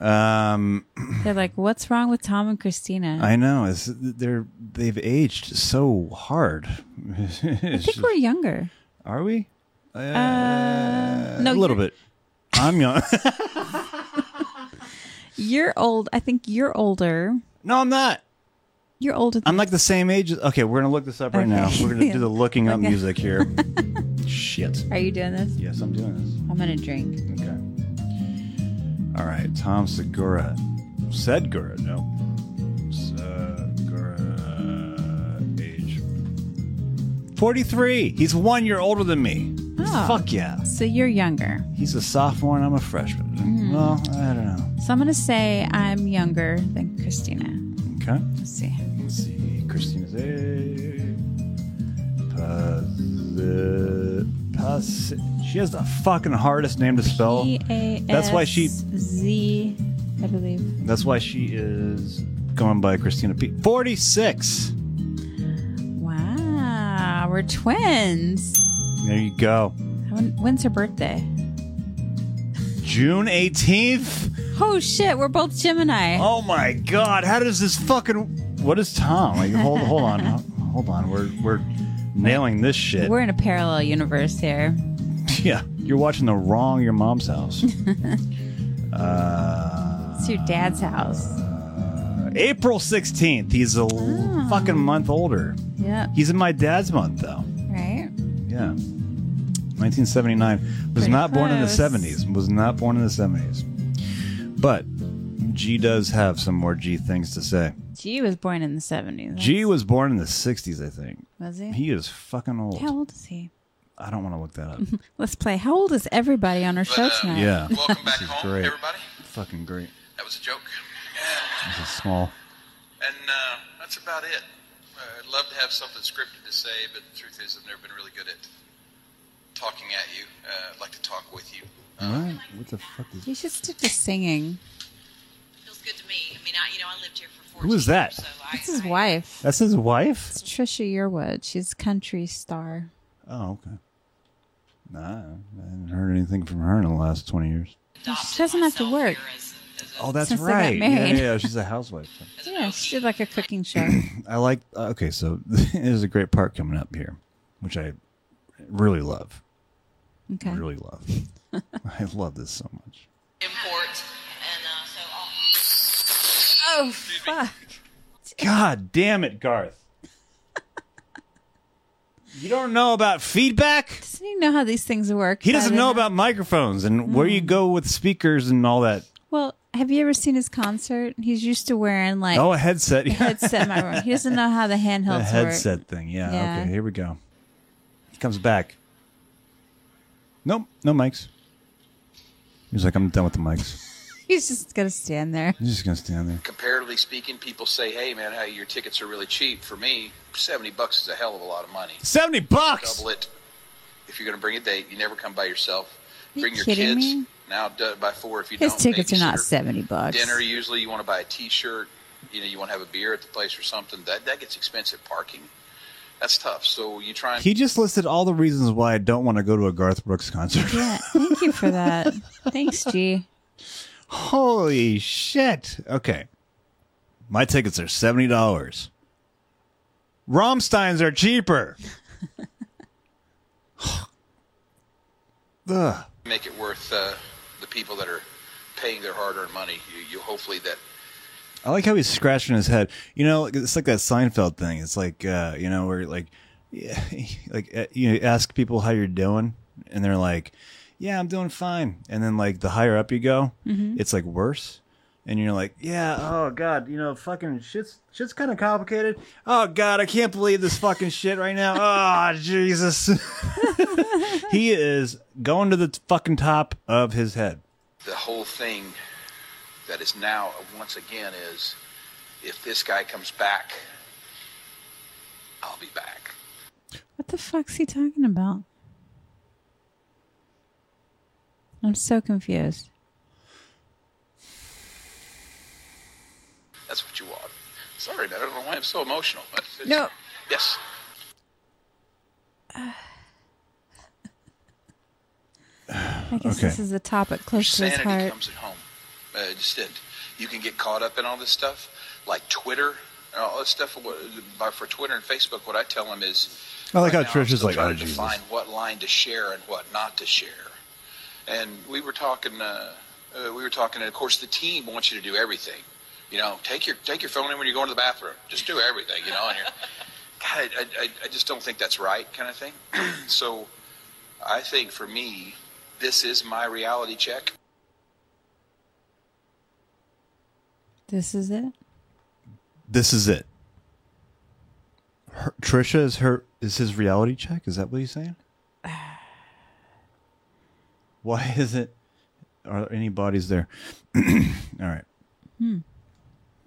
Speaker 1: on. Um
Speaker 2: They're like, what's wrong with Tom and Christina?
Speaker 1: I know. It's, they're they've aged so hard. [LAUGHS]
Speaker 2: I think we're younger.
Speaker 1: are we?
Speaker 2: no,
Speaker 1: Uh, a little
Speaker 2: you're,
Speaker 1: bit. I'm young. [LAUGHS]
Speaker 2: You're old. I think you're older.
Speaker 1: no, I'm not.
Speaker 2: You're older. Than
Speaker 1: I'm like the same age. as- Okay, we're gonna look this up right
Speaker 2: Okay.
Speaker 1: now. We're
Speaker 2: [LAUGHS]
Speaker 1: gonna do the looking up
Speaker 2: Okay.
Speaker 1: music here.
Speaker 2: [LAUGHS]
Speaker 1: Shit.
Speaker 2: Are you doing this?
Speaker 1: Yes, I'm doing this.
Speaker 2: I'm gonna drink.
Speaker 1: Okay. All right, Tom Segura. Said Gura, no. Segura age. 43. He's one year older than me.
Speaker 2: Oh.
Speaker 1: Fuck yeah.
Speaker 2: So you're younger.
Speaker 1: He's a sophomore and I'm a freshman.
Speaker 2: Hmm.
Speaker 1: Well, I don't know.
Speaker 2: So I'm gonna say I'm younger than Christina.
Speaker 1: Okay.
Speaker 2: Let's see.
Speaker 1: Let's see. Christina's age. Uh, the Pas- she has the fucking hardest name to spell.
Speaker 2: P-A-S-Z,
Speaker 1: Oh, That's why she-
Speaker 2: I believe.
Speaker 1: That's why she is going by Christina P. 46.
Speaker 2: Wow, we're twins.
Speaker 1: There you go.
Speaker 2: When, when's her birthday?
Speaker 1: June 18th.
Speaker 2: Oh shit, we're both Gemini.
Speaker 1: Oh my god, how does this fucking What is Tom? Like hold hold on. Hold on. We're we're nailing this shit.
Speaker 2: We're in a parallel universe here.
Speaker 1: [LAUGHS] yeah. You're watching the wrong your mom's house. uh
Speaker 2: It's your dad's house.
Speaker 1: April 16th. He's a l- fucking month older.
Speaker 2: Yep.
Speaker 1: He's in my dad's month though.
Speaker 2: Right.
Speaker 1: Yeah. 1979. Was
Speaker 2: Pretty
Speaker 1: not born in the
Speaker 2: close.
Speaker 1: 70s. Was not born in the 70s. But G does have some more G things to say.
Speaker 2: G was born in the seventies.
Speaker 1: G was born in the 60s, I think.
Speaker 2: was he?
Speaker 1: He is fucking old.
Speaker 2: How old is he?
Speaker 1: I don't want to look that
Speaker 2: [LAUGHS]
Speaker 1: up.
Speaker 2: Let's play. How old is everybody on our show tonight?
Speaker 1: yeah.
Speaker 8: uh, Welcome back
Speaker 1: This is
Speaker 8: home,
Speaker 1: great.
Speaker 8: everybody.
Speaker 1: fucking great.
Speaker 8: That was a joke.
Speaker 1: This is small.
Speaker 8: And uh, that's about it. Uh, I'd love to have something scripted to say, but the truth is, I've never been really good at talking at you. Uh, I'd like to talk with you. Um,
Speaker 1: All right. What the fuck is.
Speaker 2: You should stick to singing.
Speaker 10: Feels good to me. I mean, I, you know, I lived here for 14
Speaker 1: Who is that?
Speaker 10: years, so I,
Speaker 2: It's his
Speaker 10: I-
Speaker 2: wife.
Speaker 1: That's his wife?
Speaker 2: It's Trisha Yearwood. She's a country star.
Speaker 1: Oh, okay. Nah, I haven't heard anything from her in the last 20 years.
Speaker 10: adopted
Speaker 2: She doesn't have to
Speaker 10: myself
Speaker 2: work.
Speaker 10: here as- as a-
Speaker 1: Oh, that's
Speaker 2: Since they got
Speaker 1: right. Yeah,
Speaker 2: married.
Speaker 1: yeah, yeah, she's a housewife.
Speaker 2: [LAUGHS] Yeah, she did like a
Speaker 1: [COUGHS]
Speaker 2: cooking show.
Speaker 1: I like. uh, Okay, so [LAUGHS] there's a great part coming up here, which I really love.
Speaker 2: Okay.
Speaker 1: Really
Speaker 2: [LAUGHS]
Speaker 1: love. I love this so much.
Speaker 10: import, and uh, so I'll
Speaker 2: Oh fuck.
Speaker 1: God damn it, Garth. You don't know about feedback?
Speaker 2: Doesn't he know how these things work?
Speaker 1: He doesn't
Speaker 2: Simon?
Speaker 1: know about microphones and where
Speaker 2: Hmm.
Speaker 1: you go with speakers and all that.
Speaker 2: Well, have you ever seen his concert? He's used to wearing like
Speaker 1: Oh, a headset. [LAUGHS]
Speaker 2: a headset microphone. He doesn't know how the handhelds
Speaker 1: a
Speaker 2: work.
Speaker 1: headset thing. Yeah,
Speaker 2: Yeah.
Speaker 1: Okay, here we go. He comes back. Nope, no mics. He's like, I'm done with the mics.
Speaker 2: He's just gonna stand there.
Speaker 1: I'm just gonna stand there.
Speaker 8: Comparatively speaking, people say, "Hey, man, hey, your tickets are really cheap." For me, seventy bucks is a hell of a lot of money.
Speaker 1: Seventy bucks.
Speaker 8: double it if you're going to bring a date. You never come by yourself.
Speaker 2: you
Speaker 8: bring your
Speaker 2: kidding
Speaker 8: kids.
Speaker 2: me?
Speaker 8: Now do- by four if you
Speaker 2: His
Speaker 8: don't.
Speaker 2: tickets are not
Speaker 8: babysitter.
Speaker 2: seventy bucks.
Speaker 8: Dinner usually you want to buy a T-shirt. You know you want to have a beer at the place or something. That that gets expensive. Parking, that's tough. So you try and
Speaker 1: He just listed all the reasons why I don't want to go to a Garth Brooks concert. [LAUGHS]
Speaker 2: Yeah, thank you for that. Thanks, G.
Speaker 1: Holy shit. Okay. My tickets are $70. Romstein's are cheaper. Ugh.
Speaker 8: make it worth uh, the people that are paying their hard-earned money. You, you hopefully that
Speaker 1: I like how he's scratching his head. You know, it's like that Seinfeld thing. It's like, uh, you know, where like, yeah, [LAUGHS] like uh, you ask people how you're doing, and they're like, "Yeah, I'm doing fine." And then like the higher up you go, it's like worse, and you're like, "Yeah, oh god, you know, fucking shit's shit's kind of complicated. Oh god, I can't believe this fucking shit right now. Oh Jesus." [LAUGHS] he is going to the fucking top of his head.
Speaker 8: the whole thing that is now once again is if this guy comes back, I'll be back.
Speaker 2: What the fuck's he talking about? I'm so confused.
Speaker 8: That's what you want. Sorry, man. I don't know why I'm so emotional. [LAUGHS] But it's-
Speaker 2: No.
Speaker 8: Yes.
Speaker 2: I guess
Speaker 1: Okay.
Speaker 2: this is a topic close to his
Speaker 8: Sanity
Speaker 2: heart.
Speaker 8: comes at home. Uh, it just did. You can get caught up in all this stuff, like Twitter and all this stuff. What- By for Twitter and Facebook, what I tell them is,
Speaker 1: I like
Speaker 8: right
Speaker 1: how
Speaker 8: now, I'm
Speaker 1: Trish is
Speaker 8: still
Speaker 1: like,
Speaker 8: trying
Speaker 1: "Oh
Speaker 8: to
Speaker 1: Jesus."
Speaker 8: define what line to share and what not to share. And we were talking, uh, uh, we were talking, and of course, the team wants you to do everything. You know, take your take your phone in when you're going to the bathroom. Just do everything. You know, and you're, [LAUGHS] God, I, I, I just don't think that's right, kind of thing. [CLEARS THROAT] so, I think for me, this is my reality check.
Speaker 2: This is it.
Speaker 1: this is it. Her, Trisha is her is his reality check. Is that what he's saying? Why is it? [CLEARS THROAT] Are there any bodies there? All right.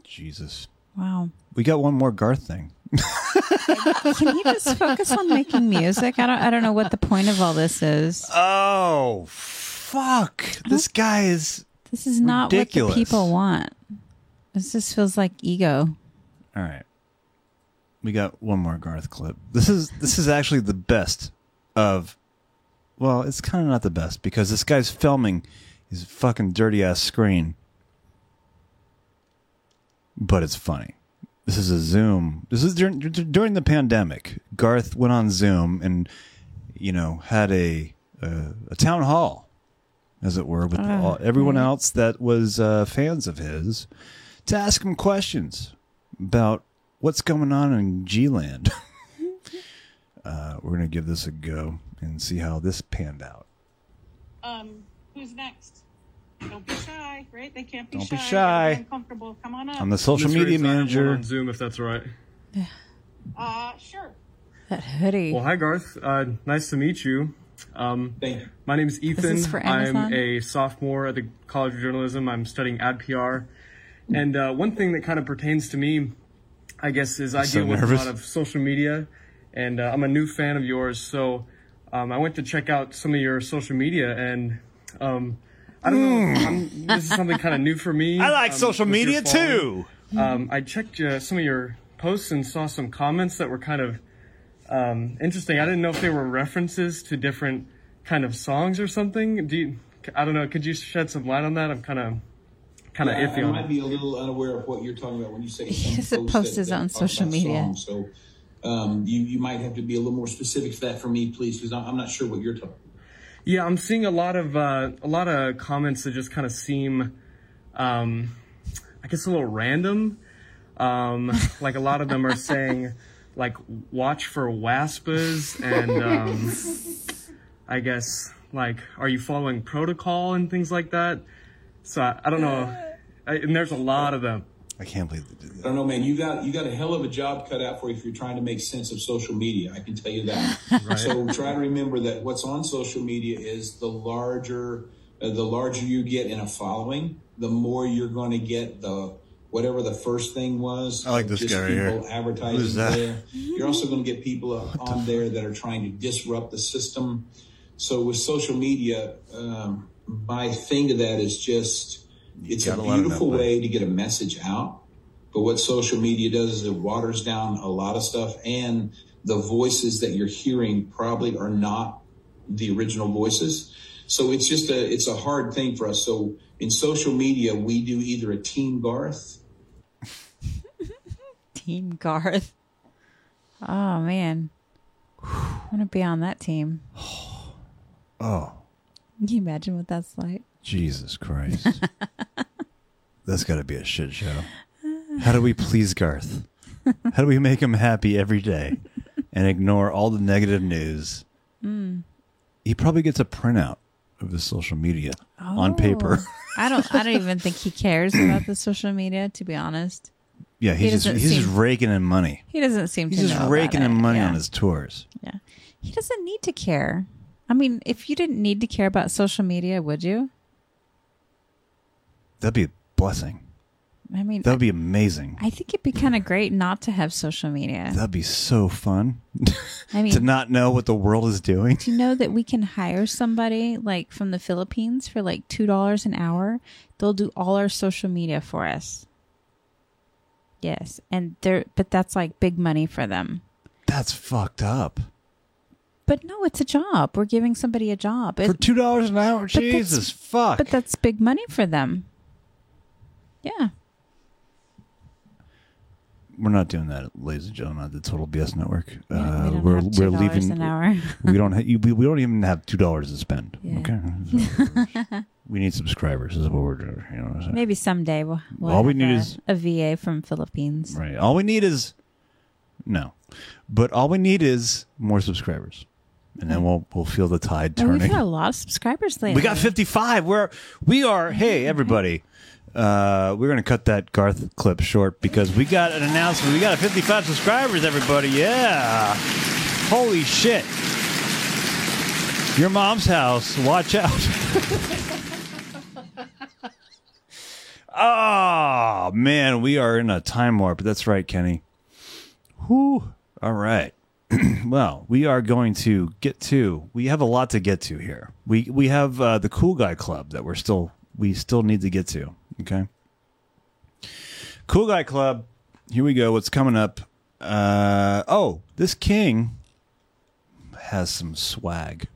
Speaker 1: Jesus.
Speaker 2: Wow.
Speaker 1: We got one more Garth thing.
Speaker 2: Can you just focus on making music? I don't. I don't know what the point of all this is.
Speaker 1: Oh, fuck! This guy is.
Speaker 2: This is not
Speaker 1: Ridiculous.
Speaker 2: what the people want. This just feels like ego.
Speaker 1: All right. We got one more Garth clip. This is this is actually the best of well, it's kind of not the best because this guy's filming his fucking dirty ass screen. But it's funny. This is a Zoom. This is during during the pandemic. Garth went on Zoom and you know, had a a, a town hall as it were with
Speaker 11: Ah,
Speaker 1: all, everyone else that was uh, fans of his to ask him questions about what's going on in G-Land. [LAUGHS] uh, we're going to give this a go and see how this panned out.
Speaker 12: Um, who's next? Don't be shy, right? They can't be
Speaker 1: Don't
Speaker 12: shy.
Speaker 1: be shy.
Speaker 12: Everyone's Uncomfortable. Come on up.
Speaker 1: I'm the social media manager.
Speaker 13: on Zoom, if that's all right.
Speaker 12: Uh, sure.
Speaker 2: That hoodie.
Speaker 13: Well, hi Garth. Uh, nice to meet you. Um, Thank you. My name is Ethan.
Speaker 2: is for Amazon?
Speaker 13: I'm a sophomore at the College of Journalism. I'm studying ad PR, and uh, one thing that kind of pertains to me, I guess, is I
Speaker 14: I'm so
Speaker 13: deal with
Speaker 14: nervous.
Speaker 13: a lot of social media, and uh, I'm a new fan of yours. So um, I went to check out some of your social media, and um, I don't
Speaker 2: Hmm.
Speaker 13: know. I'm, this is something kind of new
Speaker 14: [LAUGHS]
Speaker 13: for me.
Speaker 1: I like
Speaker 13: um,
Speaker 1: social
Speaker 13: with your
Speaker 1: media,
Speaker 13: following.
Speaker 1: too.
Speaker 13: Um, I checked uh, some of your posts and saw some comments that were kind of um, interesting. I didn't know if they were references to different kind of songs or something. Do you, I don't know. Could you shed some light on that? I'm kind of kind of
Speaker 15: Yeah, I-
Speaker 13: iffy
Speaker 15: I
Speaker 13: on
Speaker 15: might
Speaker 13: it.
Speaker 15: be a little unaware of what you're talking about when you say
Speaker 2: [LAUGHS] He
Speaker 15: some
Speaker 2: doesn't
Speaker 15: posts
Speaker 2: post
Speaker 15: that-
Speaker 2: his
Speaker 15: that
Speaker 2: own
Speaker 15: talk about
Speaker 2: social media.
Speaker 15: songs. So um, you you might have to be a little more specific for that for me, please, because I'm I'm not sure what you're talking.
Speaker 13: Yeah, I'm seeing a lot of uh, a lot of comments that just kind of seem, um, I guess, a little random. Um, [LAUGHS] like a lot of them are saying, like, watch for waspas, and um, I guess like, are you following protocol and things like that? So I, I don't know. I, and there's a lot of them.
Speaker 1: I can't believe they
Speaker 15: I don't know, man. You got you got a hell of a job cut out for you if you're trying to make sense of social media. I can tell you that. So try to remember that what's on social media is the larger uh, the larger you get in a following, the more you're going to get the whatever the first thing was.
Speaker 1: I like this
Speaker 15: just
Speaker 1: guy right here.
Speaker 15: people Advertising
Speaker 1: Who's that?
Speaker 15: there. You're
Speaker 1: [LAUGHS]
Speaker 15: also um, going to get people up on there that are trying to disrupt the system. So with social media, um, my thing to that is just it's a
Speaker 1: gotta let 'em
Speaker 15: beautiful
Speaker 1: know, bud.
Speaker 15: way to get a message out. But what social media does is it waters down a lot of stuff, and the voices that you're hearing probably are not the original voices. So it's just a it's a hard thing for us. So in social media, we do either a team Garth.
Speaker 2: Team Garth. Oh man, I want to be on that team.
Speaker 1: [SIGHS] Oh,
Speaker 2: Can you imagine what that's like?
Speaker 1: Jesus
Speaker 15: [LAUGHS]
Speaker 1: Christ. That's got to be a shit show. How do we please Garth? How do we make him happy every day and ignore all the negative news?
Speaker 15: Hmm.
Speaker 2: Mm.
Speaker 1: He probably gets a printout of his social media on paper.
Speaker 15: Oh.
Speaker 2: I don't. I don't even think he cares about the social media. To be honest,
Speaker 1: yeah,
Speaker 2: He
Speaker 1: he's just
Speaker 2: doesn't
Speaker 1: he's just
Speaker 2: seem-
Speaker 1: raking in money.
Speaker 2: he doesn't seem
Speaker 1: He's
Speaker 2: to
Speaker 1: just
Speaker 2: know
Speaker 1: raking
Speaker 2: about
Speaker 1: in
Speaker 2: it.
Speaker 1: money
Speaker 2: Yeah.
Speaker 1: on his tours.
Speaker 2: Yeah, he doesn't need to care. I mean, if you didn't need to care about social media, would you?
Speaker 1: That'd be a blessing.
Speaker 2: I mean,
Speaker 1: That'd be amazing.
Speaker 2: I think it'd be kind of great not to have social media.
Speaker 1: That'd be so fun [LAUGHS]
Speaker 2: I mean,
Speaker 1: to not know what the world is doing.
Speaker 2: Do you know that we can hire somebody like from the Philippines for like two dollars an hour? They'll do all our social media for us. Yes, and they're but that's like big money for them.
Speaker 1: That's fucked up.
Speaker 2: But no, it's a job. We're giving somebody a job
Speaker 1: For two dollars an hour, Jesus fuck!
Speaker 2: But that's big money for them. Yeah,
Speaker 1: We're not doing that, ladies and gentlemen, at the Total BS Network.
Speaker 2: we
Speaker 1: uh,
Speaker 2: don't
Speaker 1: we're
Speaker 2: have
Speaker 1: we're
Speaker 2: $2
Speaker 1: leaving.
Speaker 2: an hour.
Speaker 1: [LAUGHS] we don't. Ha- you- we, we don't even have two dollars to spend.
Speaker 2: Yeah. [LAUGHS]
Speaker 1: Okay. we need subscribers. Is what we're doing. You know what I'm saying?
Speaker 2: maybe someday we'll. we'll
Speaker 1: All we
Speaker 2: have
Speaker 1: need
Speaker 2: a-
Speaker 1: is-
Speaker 2: a VA from Philippines.
Speaker 1: Right. All we need is no, but all we need is more subscribers, and then we'll we'll feel the tide
Speaker 2: And
Speaker 1: turning.
Speaker 2: Oh, we've got a lot of subscribers lately.
Speaker 1: We got 55. We're we are. Hey, everybody. Uh, we're gonna cut that Garth clip short because we got an announcement. We got 55 subscribers, everybody. Yeah. Holy shit. Your mom's house. Watch out. [LAUGHS] Ah. Oh man, we are in a time warp. That's right, Kenny. Whew. All right. well, we are going to get to. We have a lot to get to here. We we have uh, the Cool Guy Club that we're still we still need to get to. Okay. Cool Guy Club. Here we go. What's coming up? Uh, oh, this king has some swag,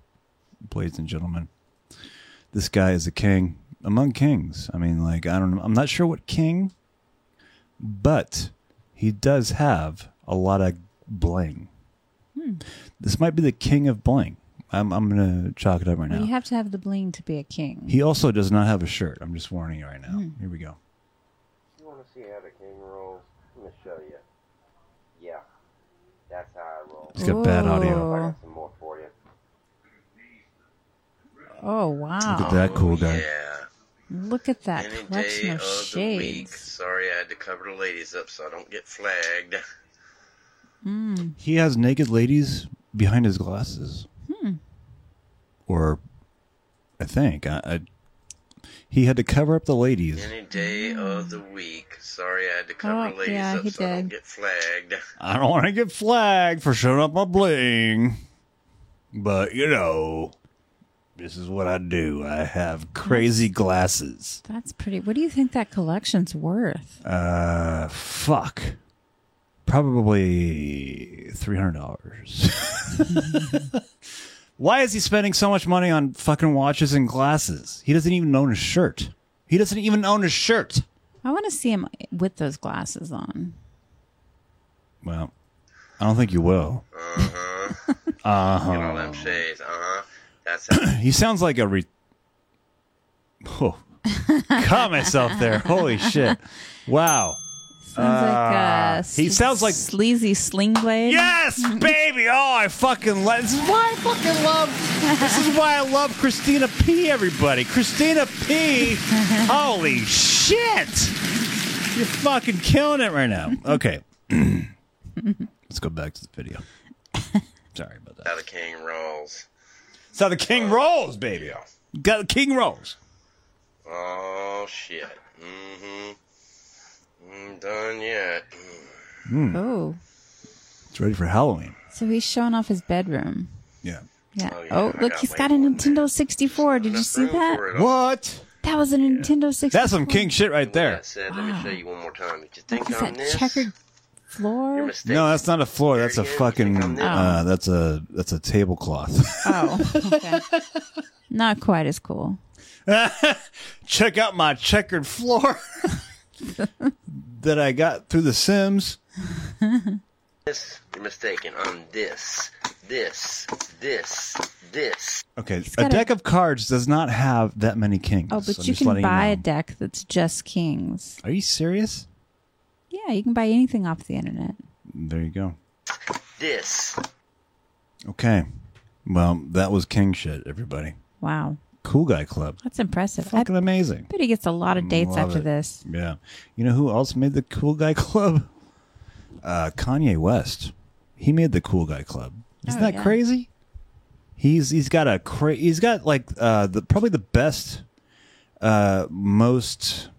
Speaker 1: ladies and gentlemen. This guy is a king among kings. I mean, like I don't. I'm not sure what king, but he does have a lot of bling.
Speaker 2: Hmm.
Speaker 1: This might be the king of bling. I'm I'm gonna chalk it up right now.
Speaker 2: You have to have the bling to be a king.
Speaker 1: He also does not have a shirt. I'm just warning you right now.
Speaker 2: Hmm.
Speaker 1: Here we go.
Speaker 16: You want to see how the king rolls? Let me show you. Yeah, that's how I roll.
Speaker 1: It's got bad audio.
Speaker 16: I got some more for you.
Speaker 2: Oh wow!
Speaker 1: Look at that cool guy.
Speaker 2: Look at that collection of
Speaker 11: week.
Speaker 2: shades.
Speaker 11: Sorry, I had to cover the ladies up so I don't get flagged.
Speaker 2: Mm.
Speaker 1: He has naked ladies behind his glasses,
Speaker 2: Hmm.
Speaker 1: or I think I, I, he had to cover up the ladies.
Speaker 11: Any day of the week. Sorry, I had to cover
Speaker 2: Oh,
Speaker 11: the ladies
Speaker 2: yeah,
Speaker 11: up
Speaker 2: he
Speaker 11: so I don't
Speaker 2: did.
Speaker 11: get flagged.
Speaker 1: I don't want to get flagged for showing up my bling, but you know, this is what I do. I have crazy glasses.
Speaker 2: That's pretty. What do you think that collection's worth?
Speaker 1: Uh, fuck. Probably three hundred dollars. [LAUGHS] Why is he spending so much money on fucking watches and glasses? He doesn't even own a shirt. He doesn't even own a shirt.
Speaker 2: I want to see him with those glasses on.
Speaker 1: Well, I don't think you will.
Speaker 11: Uh-huh. Get all
Speaker 1: Uh
Speaker 11: them shades. Uh-huh. That's
Speaker 1: huh. he sounds like a re. [LAUGHS] Oh, caught myself there. Holy shit! Wow.
Speaker 2: Sounds like
Speaker 1: Uh,
Speaker 2: a
Speaker 1: he sounds like
Speaker 2: sleazy sling blade.
Speaker 1: Yes, baby. Oh, I fucking love. This is why I fucking love. This is why I love Christina P. Everybody, Christina P. Holy shit! You're fucking killing it right now. Okay, [CLEARS THROAT] let's go back to the video. Sorry about that.
Speaker 11: how the king rolls. Uh,
Speaker 1: So the king rolls, baby. Got the king rolls.
Speaker 11: Oh, shit. Mm-hmm. Mm, done yet.
Speaker 2: Oh,
Speaker 1: It's ready for Halloween.
Speaker 2: so he's showing off his bedroom.
Speaker 1: Yeah.
Speaker 2: Yeah.
Speaker 1: Oh,
Speaker 2: Oh,
Speaker 1: yeah, I
Speaker 2: look,
Speaker 1: got
Speaker 2: he's
Speaker 1: my
Speaker 2: got a Nintendo 64. Did you see that?
Speaker 1: What?
Speaker 2: That was a Nintendo 64.
Speaker 1: That's some king shit right there.
Speaker 11: Said, let me show you one more time. Did you think
Speaker 2: What is
Speaker 11: on
Speaker 2: that
Speaker 11: this?
Speaker 2: checkered floor?
Speaker 1: No, that's not a floor. That's a fucking. Uh, that's a that's a tablecloth. [LAUGHS]
Speaker 2: Oh, okay. Not quite as cool.
Speaker 1: Check out my checkered floor [LAUGHS] that I got through The Sims.
Speaker 11: This, you're mistaken. On this, this, this, this.
Speaker 1: Okay, a
Speaker 2: got a-
Speaker 1: deck of cards does not have that many kings.
Speaker 2: Oh, but
Speaker 1: I'm
Speaker 2: you
Speaker 1: just letting
Speaker 2: can buy
Speaker 1: know.
Speaker 2: a deck that's just kings.
Speaker 1: Are you serious?
Speaker 2: Yeah, you can buy anything off the internet.
Speaker 1: There you go.
Speaker 11: This.
Speaker 1: Okay, well that was king shit, everybody.
Speaker 2: Wow.
Speaker 1: Cool guy club.
Speaker 2: That's impressive.
Speaker 1: Fucking amazing.
Speaker 2: I bet he gets a lot of dates
Speaker 1: Love
Speaker 2: after
Speaker 1: it.
Speaker 2: this.
Speaker 1: Yeah. You know who else made the Cool Guy [LAUGHS] Club? Uh, Kanye West. He made the Cool Guy Club. Isn't
Speaker 2: Oh,
Speaker 1: that
Speaker 2: yeah.
Speaker 1: crazy? He's he's got a cra- he's got like uh, the probably the best uh, most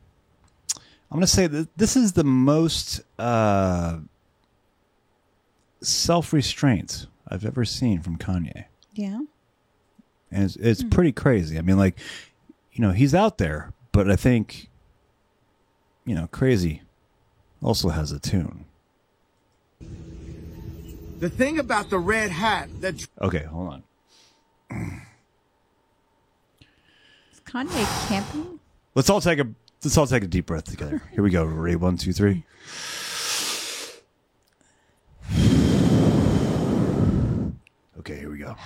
Speaker 1: I'm gonna say that this is the most uh, self restraint I've ever seen from Kanye
Speaker 2: Yeah.
Speaker 1: and it's, it's pretty crazy. I mean, like, you know, he's out there, but I think, you know, crazy also has a tune.
Speaker 3: The thing about the red hat that
Speaker 1: Okay, hold on.
Speaker 2: Is Kanye camping?
Speaker 1: Let's all take a let's all take a deep breath together. Here we go. Ready? One, two, three. Okay, here we go.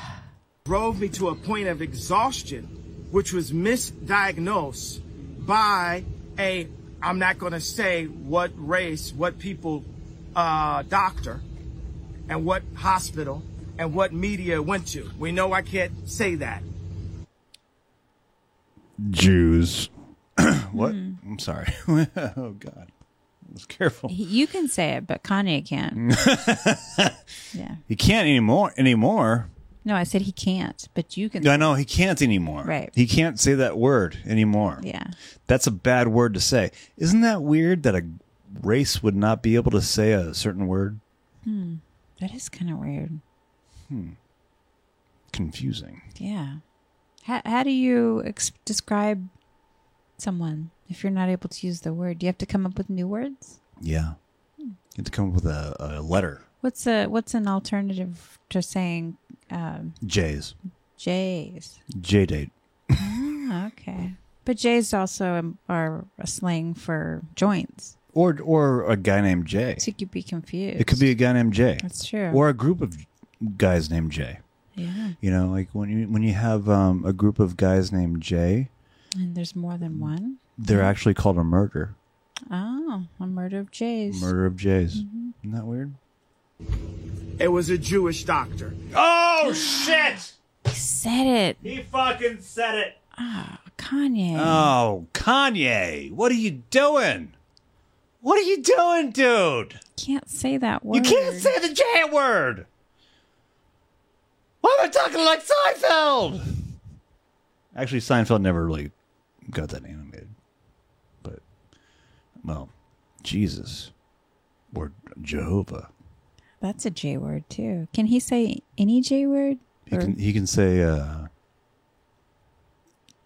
Speaker 3: drove me to a point of exhaustion, which was misdiagnosed by a, I'm not going to say what race, what people, uh, doctor, and what hospital, and what media went to. We know I can't say that.
Speaker 1: Jews. [COUGHS] what? I'm sorry. [LAUGHS] oh God. I was careful.
Speaker 2: He, you
Speaker 1: [LAUGHS]
Speaker 2: can say it, but Kanye can't. yeah.
Speaker 1: You can't anymore anymore.
Speaker 2: No, I said he can't, but you can.
Speaker 1: I know he can't anymore.
Speaker 2: Right.
Speaker 1: He can't say that word anymore.
Speaker 2: Yeah.
Speaker 1: That's a bad word to say. Isn't that weird that a race would not be able to say a certain word?
Speaker 2: Hmm. That is kind of weird.
Speaker 1: Hmm. Confusing.
Speaker 2: Yeah. How, how do you ex- describe someone if you're not able to use the word? Do you have to come up with new words?
Speaker 1: Yeah. You have to come up with a, a letter.
Speaker 2: What's a what's an alternative to saying um,
Speaker 1: J's.
Speaker 2: Jays?
Speaker 1: J date.
Speaker 2: Ah, okay, but Jays also am- are a slang for joints,
Speaker 1: Or or a guy named Jay.
Speaker 2: so you could be confused.
Speaker 1: It could be a guy named Jay.
Speaker 2: That's true.
Speaker 1: Or a group of guys named Jay.
Speaker 2: yeah,
Speaker 1: You know, like when you when you have um, a group of guys named Jay,
Speaker 2: and there's more
Speaker 17: Mm.
Speaker 2: than one.
Speaker 1: they're actually called a murder.
Speaker 2: Oh, a murder of Jays.
Speaker 1: Murder of Jays.
Speaker 2: Mm-hmm.
Speaker 1: Isn't that weird?
Speaker 3: It was a Jewish doctor.
Speaker 17: Oh shit!
Speaker 2: He said it. Ah,
Speaker 17: He fucking said it.
Speaker 2: Kanye.
Speaker 17: Uh,
Speaker 1: Oh, Kanye, what are you doing? What are you doing, dude?
Speaker 2: Can't say that word.
Speaker 17: You can't say the J word. Why am I talking like Seinfeld?
Speaker 1: Actually, Seinfeld never really got that animated. But, well, Jesus or Jehovah.
Speaker 2: That's a J word too. Can he say any J word?
Speaker 1: He can, he can say, uh,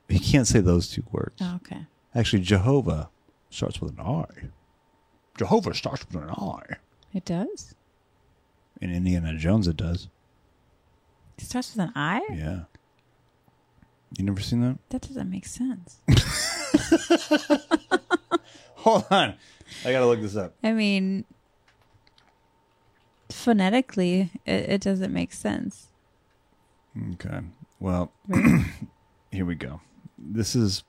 Speaker 1: he can't say those two words.
Speaker 2: Oh, okay.
Speaker 1: Actually, Jehovah starts with an I. Jehovah starts with an I.
Speaker 2: It does.
Speaker 1: In Indiana Jones, it does.
Speaker 2: It starts with an I.
Speaker 1: Yeah. You never seen that? [LAUGHS]
Speaker 2: That doesn't make sense.
Speaker 1: Hold on. I got to look this up.
Speaker 2: I mean, phonetically, it, it doesn't make sense.
Speaker 1: Okay. Well, [CLEARS THROAT] here we go. This is.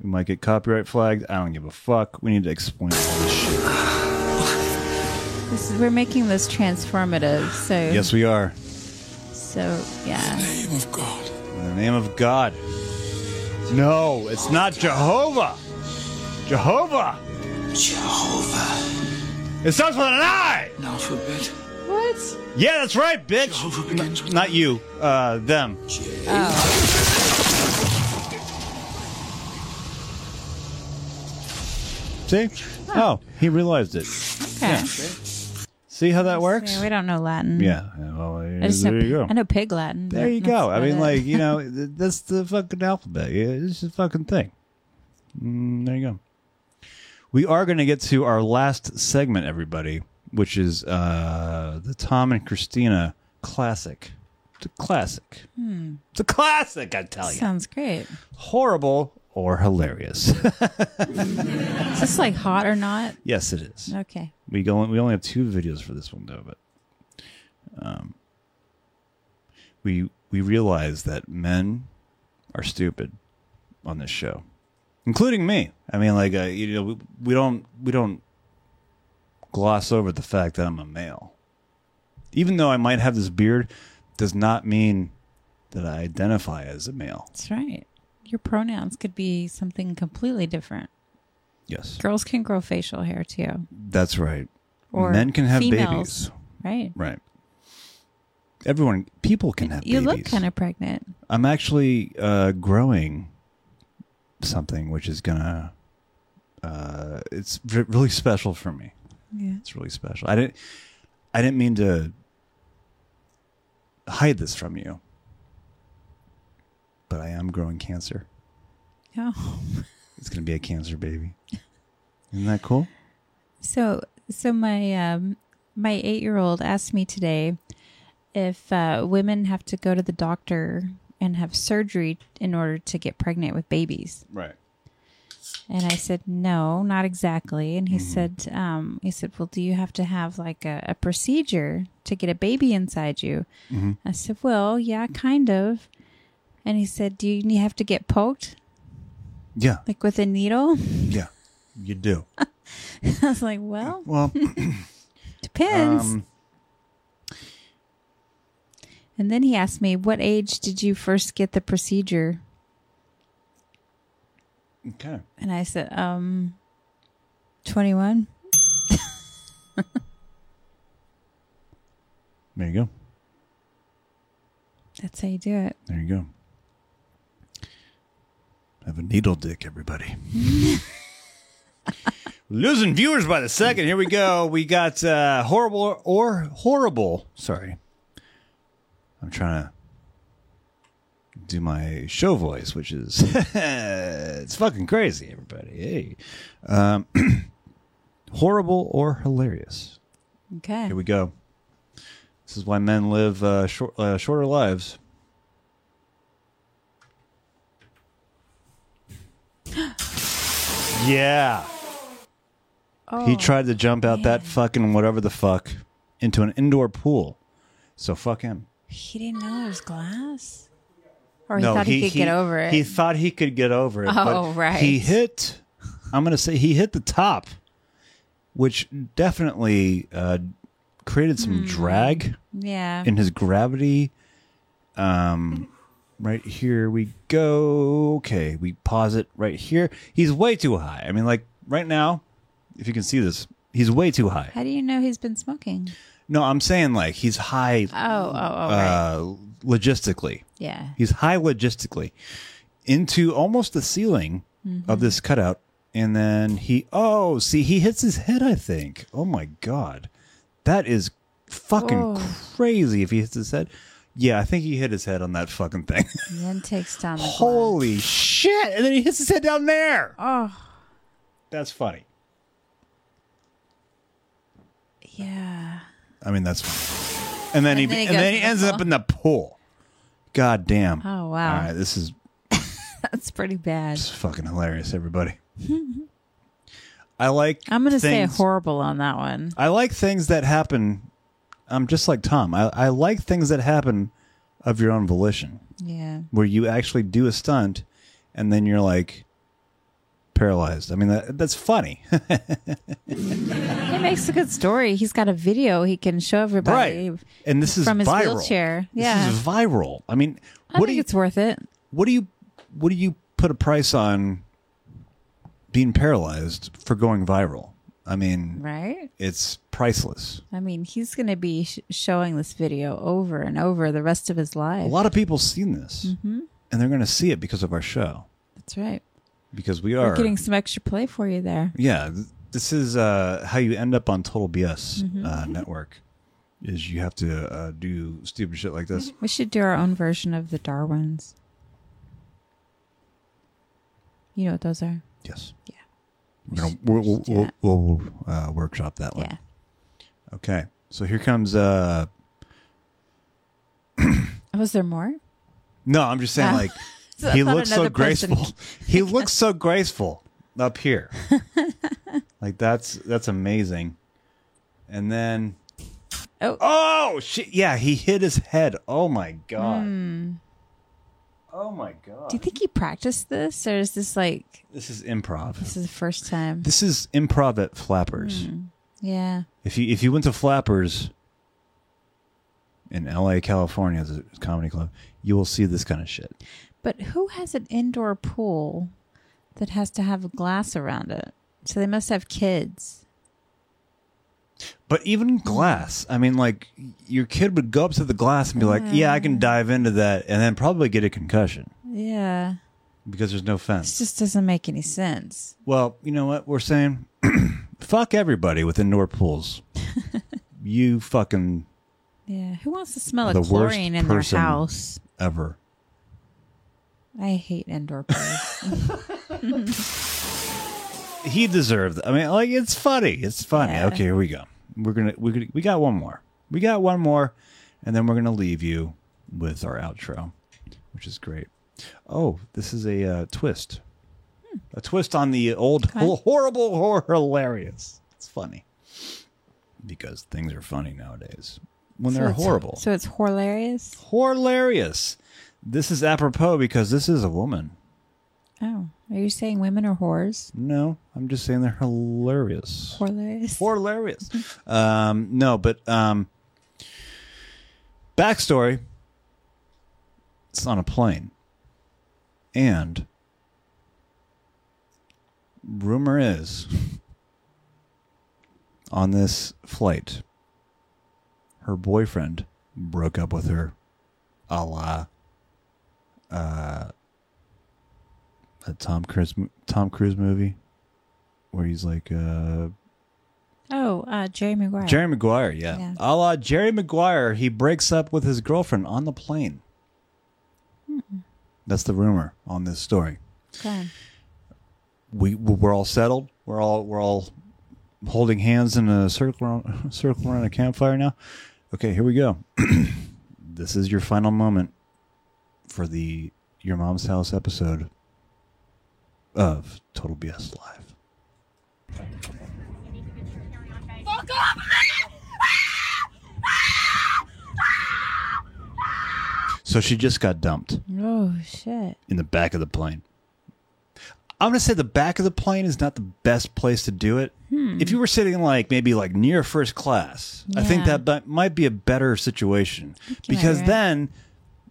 Speaker 1: We might get copyright flagged. I don't give a fuck. We need to explain all this shit.
Speaker 2: This is, we're making this transformative, so
Speaker 1: Yes, we are.
Speaker 2: so yeah.
Speaker 1: name of God. In the name of God. No, it's not Jehovah. Jehovah.
Speaker 17: Jehovah.
Speaker 1: It starts with an I.
Speaker 17: Now forbid.
Speaker 2: What?
Speaker 1: Yeah, that's right, bitch. N- not you. Uh, them.
Speaker 2: Oh,
Speaker 1: See? Oh, he realized it.
Speaker 2: Okay.
Speaker 1: Yeah. See how that works?
Speaker 2: Yeah, we don't know Latin.
Speaker 1: Yeah. yeah, Well,
Speaker 2: I just
Speaker 1: there
Speaker 2: know,
Speaker 1: you go.
Speaker 2: I know pig Latin.
Speaker 1: There
Speaker 2: but
Speaker 1: you
Speaker 2: that's
Speaker 1: go. I
Speaker 2: about
Speaker 1: mean,
Speaker 2: it.
Speaker 1: like you
Speaker 2: [LAUGHS]
Speaker 1: know, th- that's the fucking alphabet. Yeah, It's the fucking thing. Mm, there you go. We are going to get to our last segment, everybody, which is uh, the Tom and Christina classic. It's a classic.
Speaker 2: Hmm.
Speaker 1: It's a classic, I tell you.
Speaker 2: Sounds great.
Speaker 1: Horrible or hilarious? [LAUGHS]
Speaker 2: Is this like hot or not?
Speaker 1: yes, it is.
Speaker 2: Okay.
Speaker 1: We go. We only have two videos for this one, though. But um, we we realize that men are stupid on this show, including me. I mean, like uh, you know, we, we don't we don't gloss over the fact that I'm a male. Even though I might have this beard, does not mean that I identify as a male.
Speaker 2: That's right. Your pronouns could be something completely different.
Speaker 1: Yes,
Speaker 2: Girls can grow facial hair too.
Speaker 1: that's right.
Speaker 2: Or
Speaker 1: men can have
Speaker 2: females.
Speaker 1: babies.
Speaker 2: Right.
Speaker 1: Right. Everyone, people can have
Speaker 2: You
Speaker 1: babies.
Speaker 2: look kind of pregnant.
Speaker 1: I'm actually uh, growing something which is gonna. Uh, it's re- really special for me.
Speaker 2: Yeah.
Speaker 1: It's really special. I didn't. I didn't mean to hide this from you, but I am growing cancer.
Speaker 2: Oh.
Speaker 1: It's gonna be a cancer baby. Isn't that cool?
Speaker 2: So so my um my 8-year-old asked me today if uh, women have to go to the doctor and have surgery in order to get pregnant with babies.
Speaker 1: Right.
Speaker 2: And I said, "No, not exactly." And he said, um, "He said, well, do you have to have like a, a procedure to get a baby inside you?"
Speaker 17: Mhm.
Speaker 2: I said, "Well, yeah, kind of." And he said, "Do you need- have to get poked,
Speaker 1: Yeah.
Speaker 2: like with a needle?" [LAUGHS]
Speaker 1: Yeah. You do.
Speaker 2: I was like, "Well,
Speaker 1: Well. [LAUGHS]
Speaker 2: depends."
Speaker 1: Um,
Speaker 2: and then he asked me, "What age did you first get the procedure?"
Speaker 1: okay.
Speaker 2: And I said, "Um, twenty-one."
Speaker 1: There you go.
Speaker 2: That's how you do it.
Speaker 1: There you go. Have a needle dick, everybody. [LAUGHS] Losing viewers by the second. Here we go. We got uh, horrible or horrible. Sorry, I'm trying to do my show voice, which is [LAUGHS] it's fucking crazy, everybody. Hey, um, [CLEARS THROAT] horrible or hilarious.
Speaker 2: Okay.
Speaker 1: Here we go. This is why men live uh, short, uh, shorter lives. yeah.
Speaker 2: Oh,
Speaker 1: He tried to jump out that fucking whatever the fuck into an indoor pool. So fuck him.
Speaker 2: He didn't know it was glass. Or he thought he, could get over it.
Speaker 1: He thought he could get over it.
Speaker 2: Oh,
Speaker 1: but
Speaker 2: right.
Speaker 1: He hit, I'm going to say he hit the top, which definitely uh, created some
Speaker 2: Hmm.
Speaker 1: drag
Speaker 2: yeah.
Speaker 1: in his gravity. Um, right here we go. Okay, we pause it right here. He's way too high. I mean, like right now, if you can see this, he's way too high.
Speaker 2: how do you know he's been smoking?
Speaker 1: No, I'm saying like he's high.
Speaker 2: Oh, oh, oh,
Speaker 1: uh, Logistically,
Speaker 2: Yeah.
Speaker 1: he's high logistically into almost the ceiling of this cutout, and then he oh, see, he hits his head. I think. Oh my god, that is fucking
Speaker 2: Whoa.
Speaker 1: crazy. If he hits his head, yeah, I think he hit his head on that fucking thing. [LAUGHS]
Speaker 2: And then takes down the glass.
Speaker 1: Holy shit! And then he hits his head down there.
Speaker 2: Oh,
Speaker 1: That's funny.
Speaker 2: yeah. [LAUGHS]
Speaker 1: I mean, that's funny. And then
Speaker 2: And
Speaker 1: he
Speaker 2: then
Speaker 1: and
Speaker 2: he goes
Speaker 1: then
Speaker 2: to
Speaker 1: he
Speaker 2: the
Speaker 1: ends up
Speaker 2: pool.
Speaker 1: in the pool. God damn.
Speaker 2: Oh, wow.
Speaker 1: All right, this is
Speaker 2: That's pretty bad.
Speaker 1: fucking hilarious, everybody. I like.
Speaker 2: I'm going to say
Speaker 1: things-
Speaker 2: horrible on that one.
Speaker 1: I like things that happen. I'm just like Tom. I, I like things that happen of your own volition,
Speaker 2: Yeah.
Speaker 1: where you actually do a stunt, and then you're like paralyzed. I mean, that, that's
Speaker 2: [LAUGHS]
Speaker 1: funny.
Speaker 2: It makes a good story. He's got a video he can show everybody.
Speaker 1: Right. And this is
Speaker 2: from his
Speaker 1: viral.
Speaker 2: wheelchair.
Speaker 1: This
Speaker 2: Yeah.
Speaker 1: is viral. I mean,
Speaker 2: I
Speaker 1: what do
Speaker 2: think
Speaker 1: you?
Speaker 2: it's worth it.
Speaker 1: What do you? What do you put a price on being paralyzed for going viral? I mean,
Speaker 2: Right?
Speaker 1: it's priceless.
Speaker 2: I mean, he's going to be sh- showing this video over and over the rest of his life.
Speaker 1: A lot of people seen this,
Speaker 2: hmm
Speaker 1: and they're going to see it because of our show.
Speaker 2: That's right.
Speaker 1: Because we
Speaker 2: We're
Speaker 1: are
Speaker 2: getting some extra play for you there.
Speaker 1: Yeah, th- this is uh, how you end up on Total BS
Speaker 2: Mhm.
Speaker 1: uh, network. Is you have to uh, do stupid shit like this.
Speaker 2: We should do our own version of the Darwins. You know what those are?
Speaker 1: Yes.
Speaker 2: Mm-hmm. Yeah.
Speaker 1: We're gonna, we'll we'll, we'll, we'll uh, workshop that one. Okay. So here comes. Uh,
Speaker 2: Was Oh, there more?
Speaker 1: no, I'm just
Speaker 2: [LAUGHS]
Speaker 1: saying,
Speaker 2: Oh.
Speaker 1: like,
Speaker 2: So I
Speaker 1: he
Speaker 2: thought
Speaker 1: looks so
Speaker 2: another person-
Speaker 1: graceful.
Speaker 2: [LAUGHS]
Speaker 1: he looks so graceful up here. like that's that's amazing. And then,
Speaker 2: oh,
Speaker 1: oh shit! Yeah, he hit his head. Oh my god!
Speaker 2: Hmm.
Speaker 1: Oh my god!
Speaker 2: Do you think he practiced this, or is this like
Speaker 1: This is improv.
Speaker 2: this is the first time?
Speaker 1: This is improv at Flappers.
Speaker 2: Hmm. Yeah.
Speaker 1: If you if you went to Flappers in L.A., California, as a comedy club, you will see this kind of shit.
Speaker 2: But who has an indoor pool that has to have glass around it? So they must have kids.
Speaker 1: But even glass, I mean, like your kid would go up to the glass and be like, "Yeah, I can dive into that," and then probably get a concussion
Speaker 2: Yeah.
Speaker 1: because there's no
Speaker 2: This
Speaker 1: fence.
Speaker 2: just doesn't make any sense.
Speaker 1: Well, you know what we're saying? [CLEARS THROAT] Fuck everybody with indoor pools. you fucking
Speaker 2: Yeah. Who wants to smell
Speaker 1: are
Speaker 2: a
Speaker 1: the worst
Speaker 2: chlorine in their
Speaker 1: person
Speaker 2: house?
Speaker 1: ever.
Speaker 2: I hate
Speaker 1: [LAUGHS]
Speaker 2: indoor pools.
Speaker 1: he deserved. I mean, like it's funny. It's funny.
Speaker 2: Yeah.
Speaker 1: Okay, here we go. We're gonna we gonna, we got one more. We got one more, and then we're gonna leave you with our outro, which is great. Oh, this is a uh, twist. A twist on the old
Speaker 2: Okay.
Speaker 1: [LAUGHS] horrible or hilarious. It's funny because things are funny nowadays when
Speaker 2: So
Speaker 1: they're
Speaker 2: it's-
Speaker 1: horrible.
Speaker 2: So it's hilarious.
Speaker 1: Hilarious. This is apropos because this is a woman.
Speaker 2: Oh, are you saying women are whores?
Speaker 1: No, I'm just saying they're hilarious.
Speaker 2: Hilarious.
Speaker 1: Hilarious. Um, no, but um, backstory. It's on a plane, and rumor is on this flight, her boyfriend broke up with her a la uh, a Tom Cruise Tom Cruise movie where he's like uh,
Speaker 11: Oh, uh, Jerry Maguire.
Speaker 1: Jerry Maguire, yeah.
Speaker 11: Yeah.
Speaker 1: A la Jerry Maguire, he breaks up with his girlfriend on the plane.
Speaker 11: Hmm.
Speaker 1: That's the rumor on this story.
Speaker 11: Okay.
Speaker 1: We we're all settled. We're all we're all holding hands in a circle around, [LAUGHS] circle around a campfire now. Okay, here we go. [CLEARS THROAT] this is your final moment for the your mom's house episode of Total BS Live.
Speaker 4: Fuck off,
Speaker 1: So she just got dumped.
Speaker 11: Oh shit.
Speaker 1: in the back of the plane. I'm gonna say the back of the plane is not the best place to do it.
Speaker 11: Hmm.
Speaker 1: If you were sitting like maybe like near first class, I think
Speaker 11: Yeah.
Speaker 1: that bu- might be a better situation
Speaker 11: you might
Speaker 1: because
Speaker 11: be right.
Speaker 1: then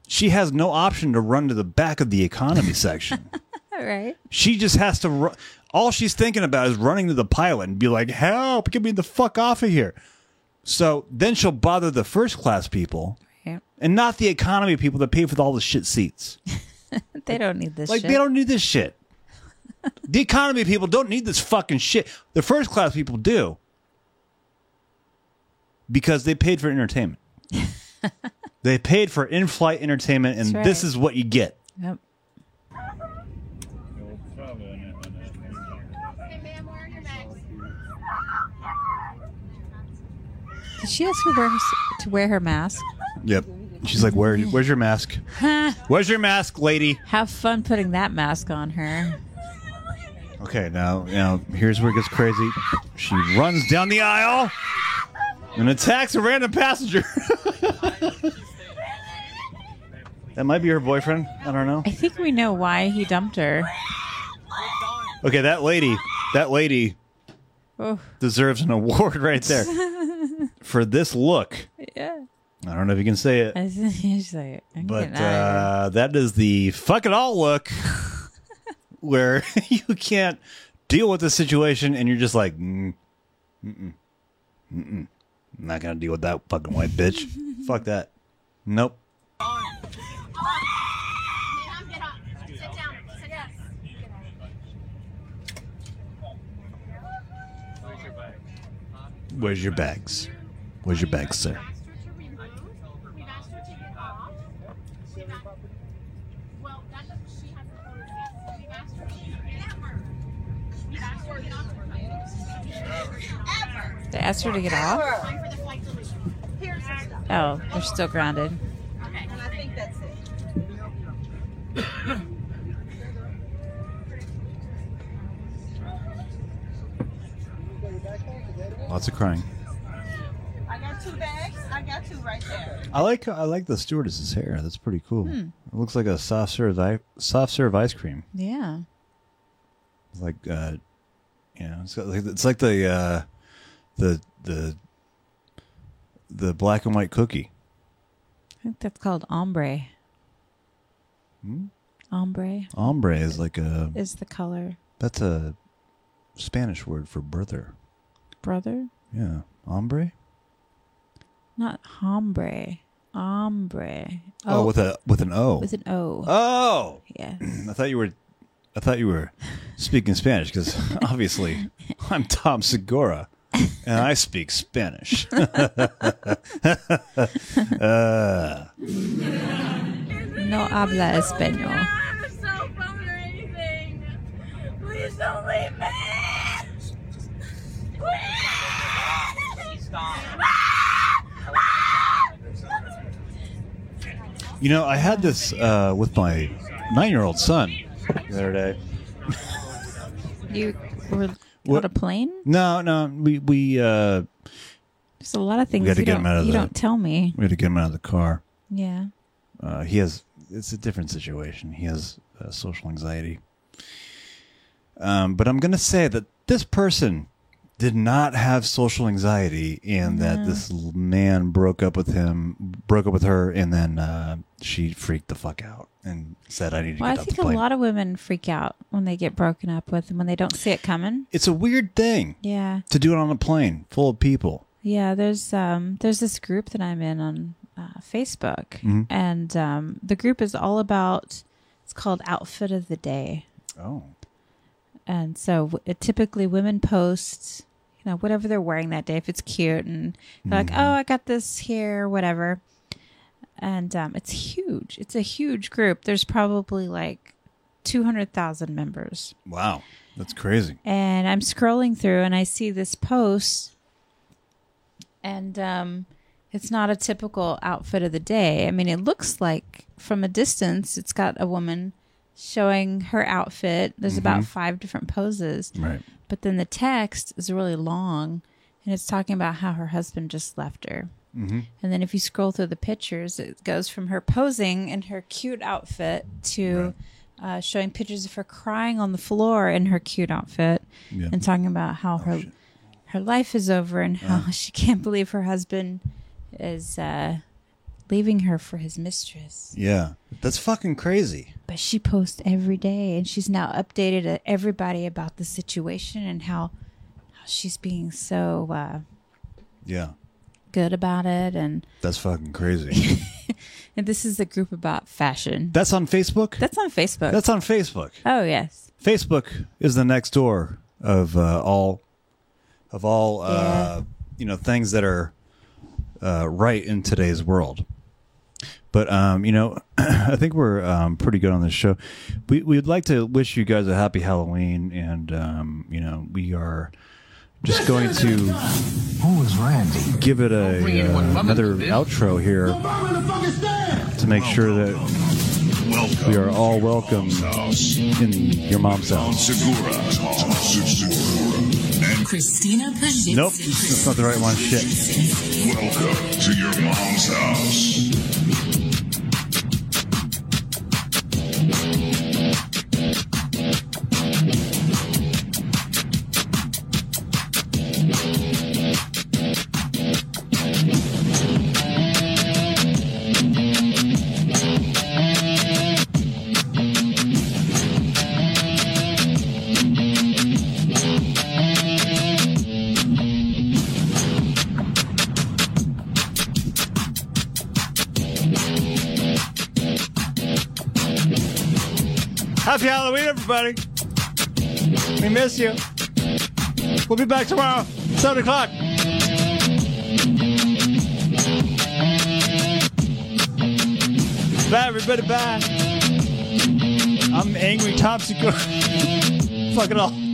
Speaker 1: she has no option to run to the back of the
Speaker 11: [LAUGHS]
Speaker 1: economy section.
Speaker 11: All right.
Speaker 1: She just has to. Ru- All she's thinking about is running to the pilot and be like, "Help! Get me the fuck off of here!" So then she'll bother the first class people
Speaker 11: Right.
Speaker 1: and not the economy people that pay for all the shit seats.
Speaker 11: They don't need this
Speaker 1: Like
Speaker 11: shit.
Speaker 1: they don't need this
Speaker 11: [LAUGHS]
Speaker 1: shit. the economy people don't need this fucking shit. The first class people do. Because they paid for
Speaker 11: [LAUGHS]
Speaker 1: entertainment. they paid for in-flight entertainment and
Speaker 11: That's
Speaker 1: this
Speaker 11: right.
Speaker 1: is what you get.
Speaker 11: Yep. Did she ask her wear her, to wear her mask?
Speaker 1: Yep. She's like, "Where where's your
Speaker 11: [LAUGHS]
Speaker 1: mask? Where's your mask, lady?"
Speaker 11: Have fun putting that mask on her.
Speaker 1: Okay, now now here's where it gets crazy. She runs down the aisle and attacks a random passenger. [LAUGHS] that might be her boyfriend. I don't know.
Speaker 11: I think we know why he dumped her.
Speaker 1: Okay, that lady, that lady
Speaker 11: Oh.
Speaker 1: deserves an award [LAUGHS] right there for this look.
Speaker 11: [LAUGHS] yeah.
Speaker 1: I don't know if you can say it,
Speaker 11: I was- She's like, I'm
Speaker 1: but
Speaker 11: getting out of
Speaker 1: uh, that is the fuck it all
Speaker 11: [LAUGHS]
Speaker 1: look where [LAUGHS] you can't deal with the situation and you're just like, mm, mm-mm, mm-mm, I'm not going to deal with that fucking white
Speaker 11: [LAUGHS]
Speaker 1: bitch. Fuck that. Nope. Where's your bags? Where's your bags, sir?
Speaker 11: here. They asked her to get off. Oh, they're still grounded.
Speaker 1: Lots of crying.
Speaker 9: I got two bags. I got two right there.
Speaker 1: I like I like the stewardess's hair. That's pretty cool.
Speaker 9: Hmm.
Speaker 1: It looks like a soft serve i- soft serve ice cream.
Speaker 11: Yeah.
Speaker 1: It's like uh, you know, it's got like it's like the uh, the the the black and white cookie.
Speaker 11: I think that's called ombre.
Speaker 1: Hmm?
Speaker 11: Ombre
Speaker 1: Ombre is like a
Speaker 11: is the color.
Speaker 1: that's a Spanish word for brother.
Speaker 11: Brother?
Speaker 1: Yeah, ombre.
Speaker 11: Not hombre. Ombre.
Speaker 1: Oh, with a with an O.
Speaker 11: With an O.
Speaker 1: Oh,
Speaker 11: Yeah.
Speaker 1: I thought you were, I thought you were speaking Spanish because [LAUGHS] obviously I'm Tom Segura and I speak Spanish. Uh,
Speaker 11: No habla español.
Speaker 4: Please don't leave me! Ah!
Speaker 1: you know, I had this uh, with my nine-year-old son the other day.
Speaker 11: You were
Speaker 1: What-
Speaker 11: on a plane?
Speaker 1: No, no, we we uh,
Speaker 11: There's a lot of things
Speaker 1: we had to
Speaker 11: you,
Speaker 1: get
Speaker 11: don't,
Speaker 1: him out of
Speaker 11: you
Speaker 1: the,
Speaker 11: don't tell me.
Speaker 1: We had to get him out of the car.
Speaker 11: Yeah.
Speaker 1: Uh, he has it's a different situation. He has uh, social anxiety. Um, but I'm going to say that this person did not have social anxiety, and that
Speaker 11: No.
Speaker 1: this l- man broke up with him, broke up with her, and then uh, she freaked the fuck out and said, "I need to
Speaker 11: Well, I
Speaker 1: get off the
Speaker 11: think a
Speaker 1: plane."
Speaker 11: lot of women freak out when they get broken up with and when they don't see it coming.
Speaker 1: it's a weird thing
Speaker 11: Yeah.
Speaker 1: to do it on a plane full of people.
Speaker 11: Yeah, there's um there's this group that I'm in on
Speaker 2: uh, Facebook,
Speaker 1: Mhm.
Speaker 2: and um, the group is all about. It's called Outfit of the Day,
Speaker 1: Oh.
Speaker 2: and so w- it typically women post, you know, whatever they're wearing that day if it's cute, and they're like, "Oh, I got this here, whatever," and um, it's huge. It's a huge group. There's probably like two hundred thousand members.
Speaker 1: Wow. That's crazy.
Speaker 2: And I'm scrolling through and I see this post and um it's not a typical outfit of the day. I mean, it looks like from a distance it's got a woman showing her outfit. There's about
Speaker 1: Mhm.
Speaker 2: 5 different poses.
Speaker 1: Right.
Speaker 2: But then the text is really long and it's talking about how her husband just left her.
Speaker 1: Mhm.
Speaker 2: And then if you scroll through the pictures, it goes from her posing in her cute outfit to uh, showing pictures of her crying on the floor in her cute outfit
Speaker 1: Yeah. Oh,
Speaker 2: and talking about how her her life is over and how [LAUGHS] she can't believe her husband is uh, leaving her for his mistress.
Speaker 18: Yeah. That's fucking crazy.
Speaker 2: But she posts every day, and she's now updated uh, everybody about the situation and how, how she's being so uh,
Speaker 1: Yeah.
Speaker 2: good about it. And,
Speaker 1: That's fucking crazy.
Speaker 2: and this is a group about fashion.
Speaker 1: That's on Facebook?
Speaker 2: That's on Facebook.
Speaker 1: That's on Facebook.
Speaker 2: Oh yes.
Speaker 1: Facebook is the next door of uh, all of all uh, you know things that are uh, right in today's world. But um, you know, [CLEARS THROAT] I think we're um, pretty good on this show. We we'd like to wish you guys a happy Halloween, and um, you know, we are just going to who is Randy? Give it a uh, another outro here to make sure that we are all welcome in your mom's house.
Speaker 11: Christina Pajitsin.
Speaker 1: Nope, that's not the right one. Shit.
Speaker 15: Welcome to your mom's house.
Speaker 18: Happy Halloween, everybody. We miss you. We'll be back tomorrow, 7 o'clock. Bye, everybody. Bye. I'm angry Tom Segura. [LAUGHS] Fuck it all.